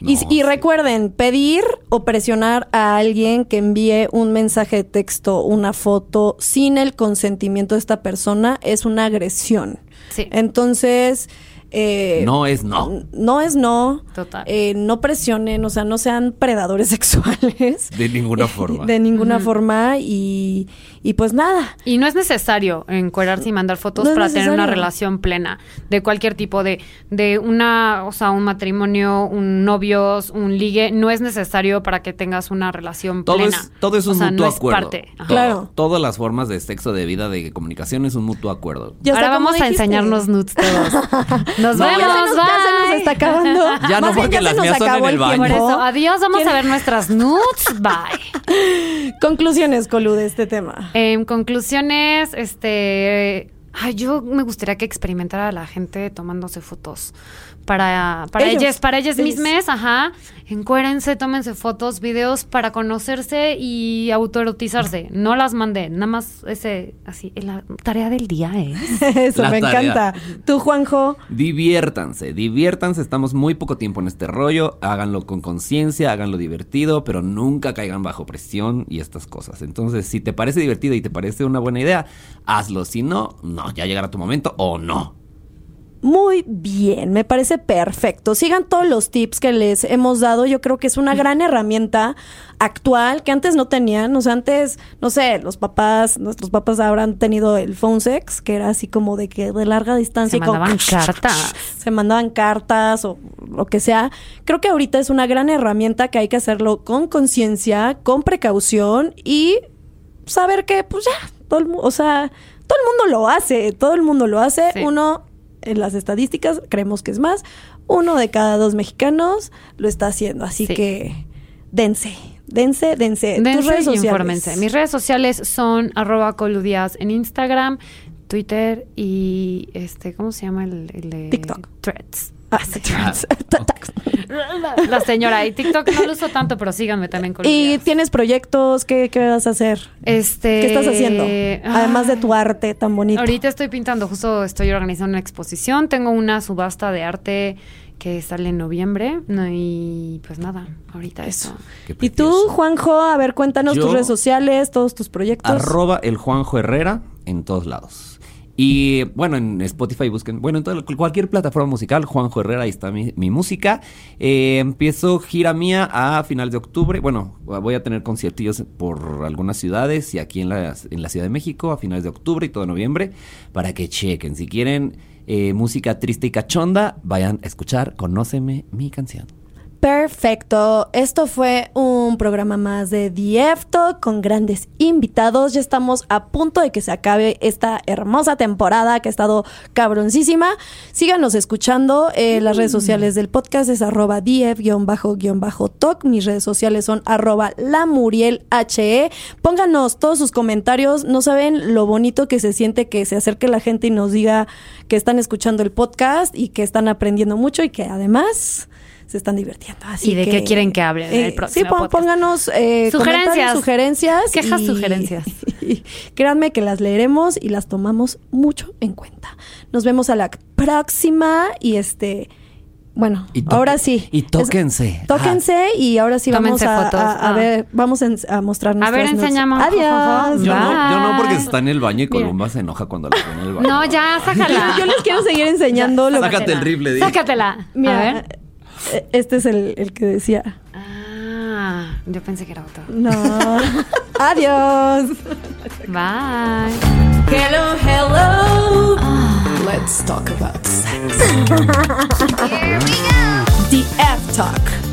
[SPEAKER 3] Y,
[SPEAKER 5] No,
[SPEAKER 3] y
[SPEAKER 5] sí.
[SPEAKER 3] recuerden, pedir o presionar a alguien que envíe un mensaje de texto, una foto, sin el consentimiento de esta persona es una agresión.
[SPEAKER 4] sí,
[SPEAKER 3] Entonces... eh,
[SPEAKER 5] No es no.
[SPEAKER 3] n- No es no.
[SPEAKER 4] Total.
[SPEAKER 3] Eh, no presionen, o sea, no sean predadores sexuales.
[SPEAKER 5] De ninguna forma.
[SPEAKER 3] De ninguna forma. Y, y pues nada.
[SPEAKER 4] Y no es necesario encuerarse y mandar fotos
[SPEAKER 3] No es
[SPEAKER 4] para tener una
[SPEAKER 3] necesario.
[SPEAKER 4] relación plena de cualquier tipo, de, de una, o sea, un matrimonio, un novios, un ligue, no es necesario para que tengas una relación
[SPEAKER 5] Todo
[SPEAKER 4] plena.
[SPEAKER 5] es, todo es un
[SPEAKER 4] o sea,
[SPEAKER 5] mutuo
[SPEAKER 4] no es
[SPEAKER 5] acuerdo.
[SPEAKER 4] parte. Ajá.
[SPEAKER 5] Todo.
[SPEAKER 3] Claro.
[SPEAKER 5] Todas las formas de sexo, de vida, de comunicación es un mutuo acuerdo.
[SPEAKER 3] Ya está,
[SPEAKER 4] Ahora
[SPEAKER 3] como
[SPEAKER 4] vamos a
[SPEAKER 3] dijiste.
[SPEAKER 4] enseñarnos nudes todos. Nos
[SPEAKER 3] No,
[SPEAKER 4] vemos,
[SPEAKER 3] ya se nos, ya se nos
[SPEAKER 4] bye.
[SPEAKER 3] está acabando.
[SPEAKER 5] Ya no,
[SPEAKER 3] Más bien,
[SPEAKER 5] porque
[SPEAKER 3] se
[SPEAKER 5] las
[SPEAKER 3] nos
[SPEAKER 5] mías son en
[SPEAKER 3] acabó
[SPEAKER 5] el baño.
[SPEAKER 4] Por
[SPEAKER 3] tiempo.
[SPEAKER 4] eso, adiós, vamos a ver nuestras nudes, bye.
[SPEAKER 3] Conclusiones, Colu, de este tema.
[SPEAKER 4] En Em, conclusiones, este. Ay, yo me gustaría que experimentara la gente tomándose fotos para, para
[SPEAKER 3] Ellos.
[SPEAKER 4] ellas, para ellas
[SPEAKER 3] Ellos.
[SPEAKER 4] mismas, ajá. Encuérense, tómense fotos, videos para conocerse y autoerotizarse. No las mandé, nada más ese, así, la tarea del día ¿eh? es.
[SPEAKER 3] Eso,
[SPEAKER 5] La
[SPEAKER 3] me
[SPEAKER 5] tarea.
[SPEAKER 3] encanta. Tú, Juanjo,
[SPEAKER 5] Diviértanse, diviértanse, estamos muy poco tiempo en este rollo, háganlo con conciencia, háganlo divertido, pero nunca caigan bajo presión y estas cosas. Entonces, si te parece divertido y te parece una buena idea, hazlo, si no, no, ya llegará tu momento o no.
[SPEAKER 3] muy bien, me parece perfecto. Sigan todos los tips que les hemos dado. Yo creo que es una gran herramienta actual que antes no tenían. O sea, antes, no sé, los papás, nuestros papás habrán tenido el phone sex, que era así como de que de larga distancia.
[SPEAKER 4] Se
[SPEAKER 3] y como-
[SPEAKER 4] mandaban cartas.
[SPEAKER 3] se mandaban cartas o lo que sea. Creo que ahorita es una gran herramienta que hay que hacerlo con conciencia, con precaución y saber que, pues ya, todo el, mu- o sea, todo el mundo lo hace, todo el mundo lo hace.
[SPEAKER 4] Sí.
[SPEAKER 3] Uno, en las estadísticas, creemos que es más, uno de cada dos mexicanos lo está haciendo. Así
[SPEAKER 4] Sí.
[SPEAKER 3] que dense, dense, dense. Tus
[SPEAKER 4] Dense
[SPEAKER 3] redes
[SPEAKER 4] y
[SPEAKER 3] sociales.
[SPEAKER 4] infórmense. Mis redes sociales son arroba coludias en Instagram, Twitter y este, ¿cómo se llama el, el de
[SPEAKER 3] TikTok.
[SPEAKER 4] Threads.
[SPEAKER 3] Ah, sí, trans. Ta- ta-
[SPEAKER 4] La señora. Y TikTok no lo uso tanto, pero síganme también con
[SPEAKER 3] ¿Y tienes proyectos? ¿Qué, qué vas a hacer?
[SPEAKER 4] Este,
[SPEAKER 3] ¿Qué estás haciendo? Además de tu
[SPEAKER 4] ay,
[SPEAKER 3] arte tan bonito.
[SPEAKER 4] ah. Ahorita estoy pintando, justo estoy organizando una exposición. Tengo una subasta de arte que sale en noviembre. No, y pues nada, ahorita
[SPEAKER 3] Eso.
[SPEAKER 4] eso.
[SPEAKER 5] Qué
[SPEAKER 3] Y tú,
[SPEAKER 5] precioso.
[SPEAKER 3] Juanjo, a ver, cuéntanos
[SPEAKER 5] Yo-
[SPEAKER 3] tus redes sociales, todos tus proyectos.
[SPEAKER 5] Arroba el Juanjo Herrera en todos lados. Y bueno, en Spotify busquen, bueno, en toda- cualquier plataforma musical, Juanjo Herrera, ahí está mi, mi música. Eh, empiezo gira mía a final de octubre. Bueno, voy a tener conciertillos por algunas ciudades y aquí en la, en la Ciudad de México a finales de octubre y todo noviembre para que chequen. Si quieren eh, música triste y cachonda, vayan a escuchar Conóceme mi canción.
[SPEAKER 3] Perfecto. Esto fue un programa más de Diefto con grandes invitados. Ya estamos a punto de que se acabe esta hermosa temporada que ha estado cabroncísima. Síganos escuchando. eh, las redes sociales del podcast es arroba dief-toc. Mis redes sociales son arroba lamurielhe. Pónganos todos sus comentarios. No saben lo bonito que se siente que se acerque la gente y nos diga que están escuchando el podcast y que están aprendiendo mucho y que además se están divirtiendo. Así
[SPEAKER 4] ¿Y de
[SPEAKER 3] que-
[SPEAKER 4] qué quieren que hable en el
[SPEAKER 3] Eh,
[SPEAKER 4] próximo
[SPEAKER 3] Sí, pon-
[SPEAKER 4] podcast?
[SPEAKER 3] pónganos eh,
[SPEAKER 4] Sugerencias.
[SPEAKER 3] comentarios, sugerencias.
[SPEAKER 4] Quejas, sugerencias.
[SPEAKER 3] y créanme que las leeremos y las tomamos mucho en cuenta. Nos vemos a la próxima y este... Bueno,
[SPEAKER 5] Y toque-
[SPEAKER 3] ahora sí.
[SPEAKER 5] y
[SPEAKER 3] Es-
[SPEAKER 5] tóquense.
[SPEAKER 3] tóquense y ahora sí vamos
[SPEAKER 4] Tómense
[SPEAKER 3] a,
[SPEAKER 4] fotos.
[SPEAKER 3] a- a
[SPEAKER 4] Ah.
[SPEAKER 3] ver, vamos en- a mostrar
[SPEAKER 4] A ver,
[SPEAKER 3] nuestras nudes.
[SPEAKER 4] enséñame.
[SPEAKER 3] Adiós.
[SPEAKER 5] Yo no, yo no, porque
[SPEAKER 4] Bye.
[SPEAKER 5] está en el baño y
[SPEAKER 4] Mira.
[SPEAKER 5] Columba se enoja cuando la pone en el baño.
[SPEAKER 4] No, ya, sácala.
[SPEAKER 3] Yo- Yo les quiero seguir enseñando lo que...
[SPEAKER 5] Sácate el rifle, di.
[SPEAKER 4] Sácatela. A
[SPEAKER 3] Mira,
[SPEAKER 4] ver.
[SPEAKER 3] eh, este es el, el que decía.
[SPEAKER 4] Ah, yo pensé que era otro.
[SPEAKER 3] No. Adiós.
[SPEAKER 4] Bye.
[SPEAKER 2] Hello, hello. Let's talk about sex.
[SPEAKER 3] The F Talk.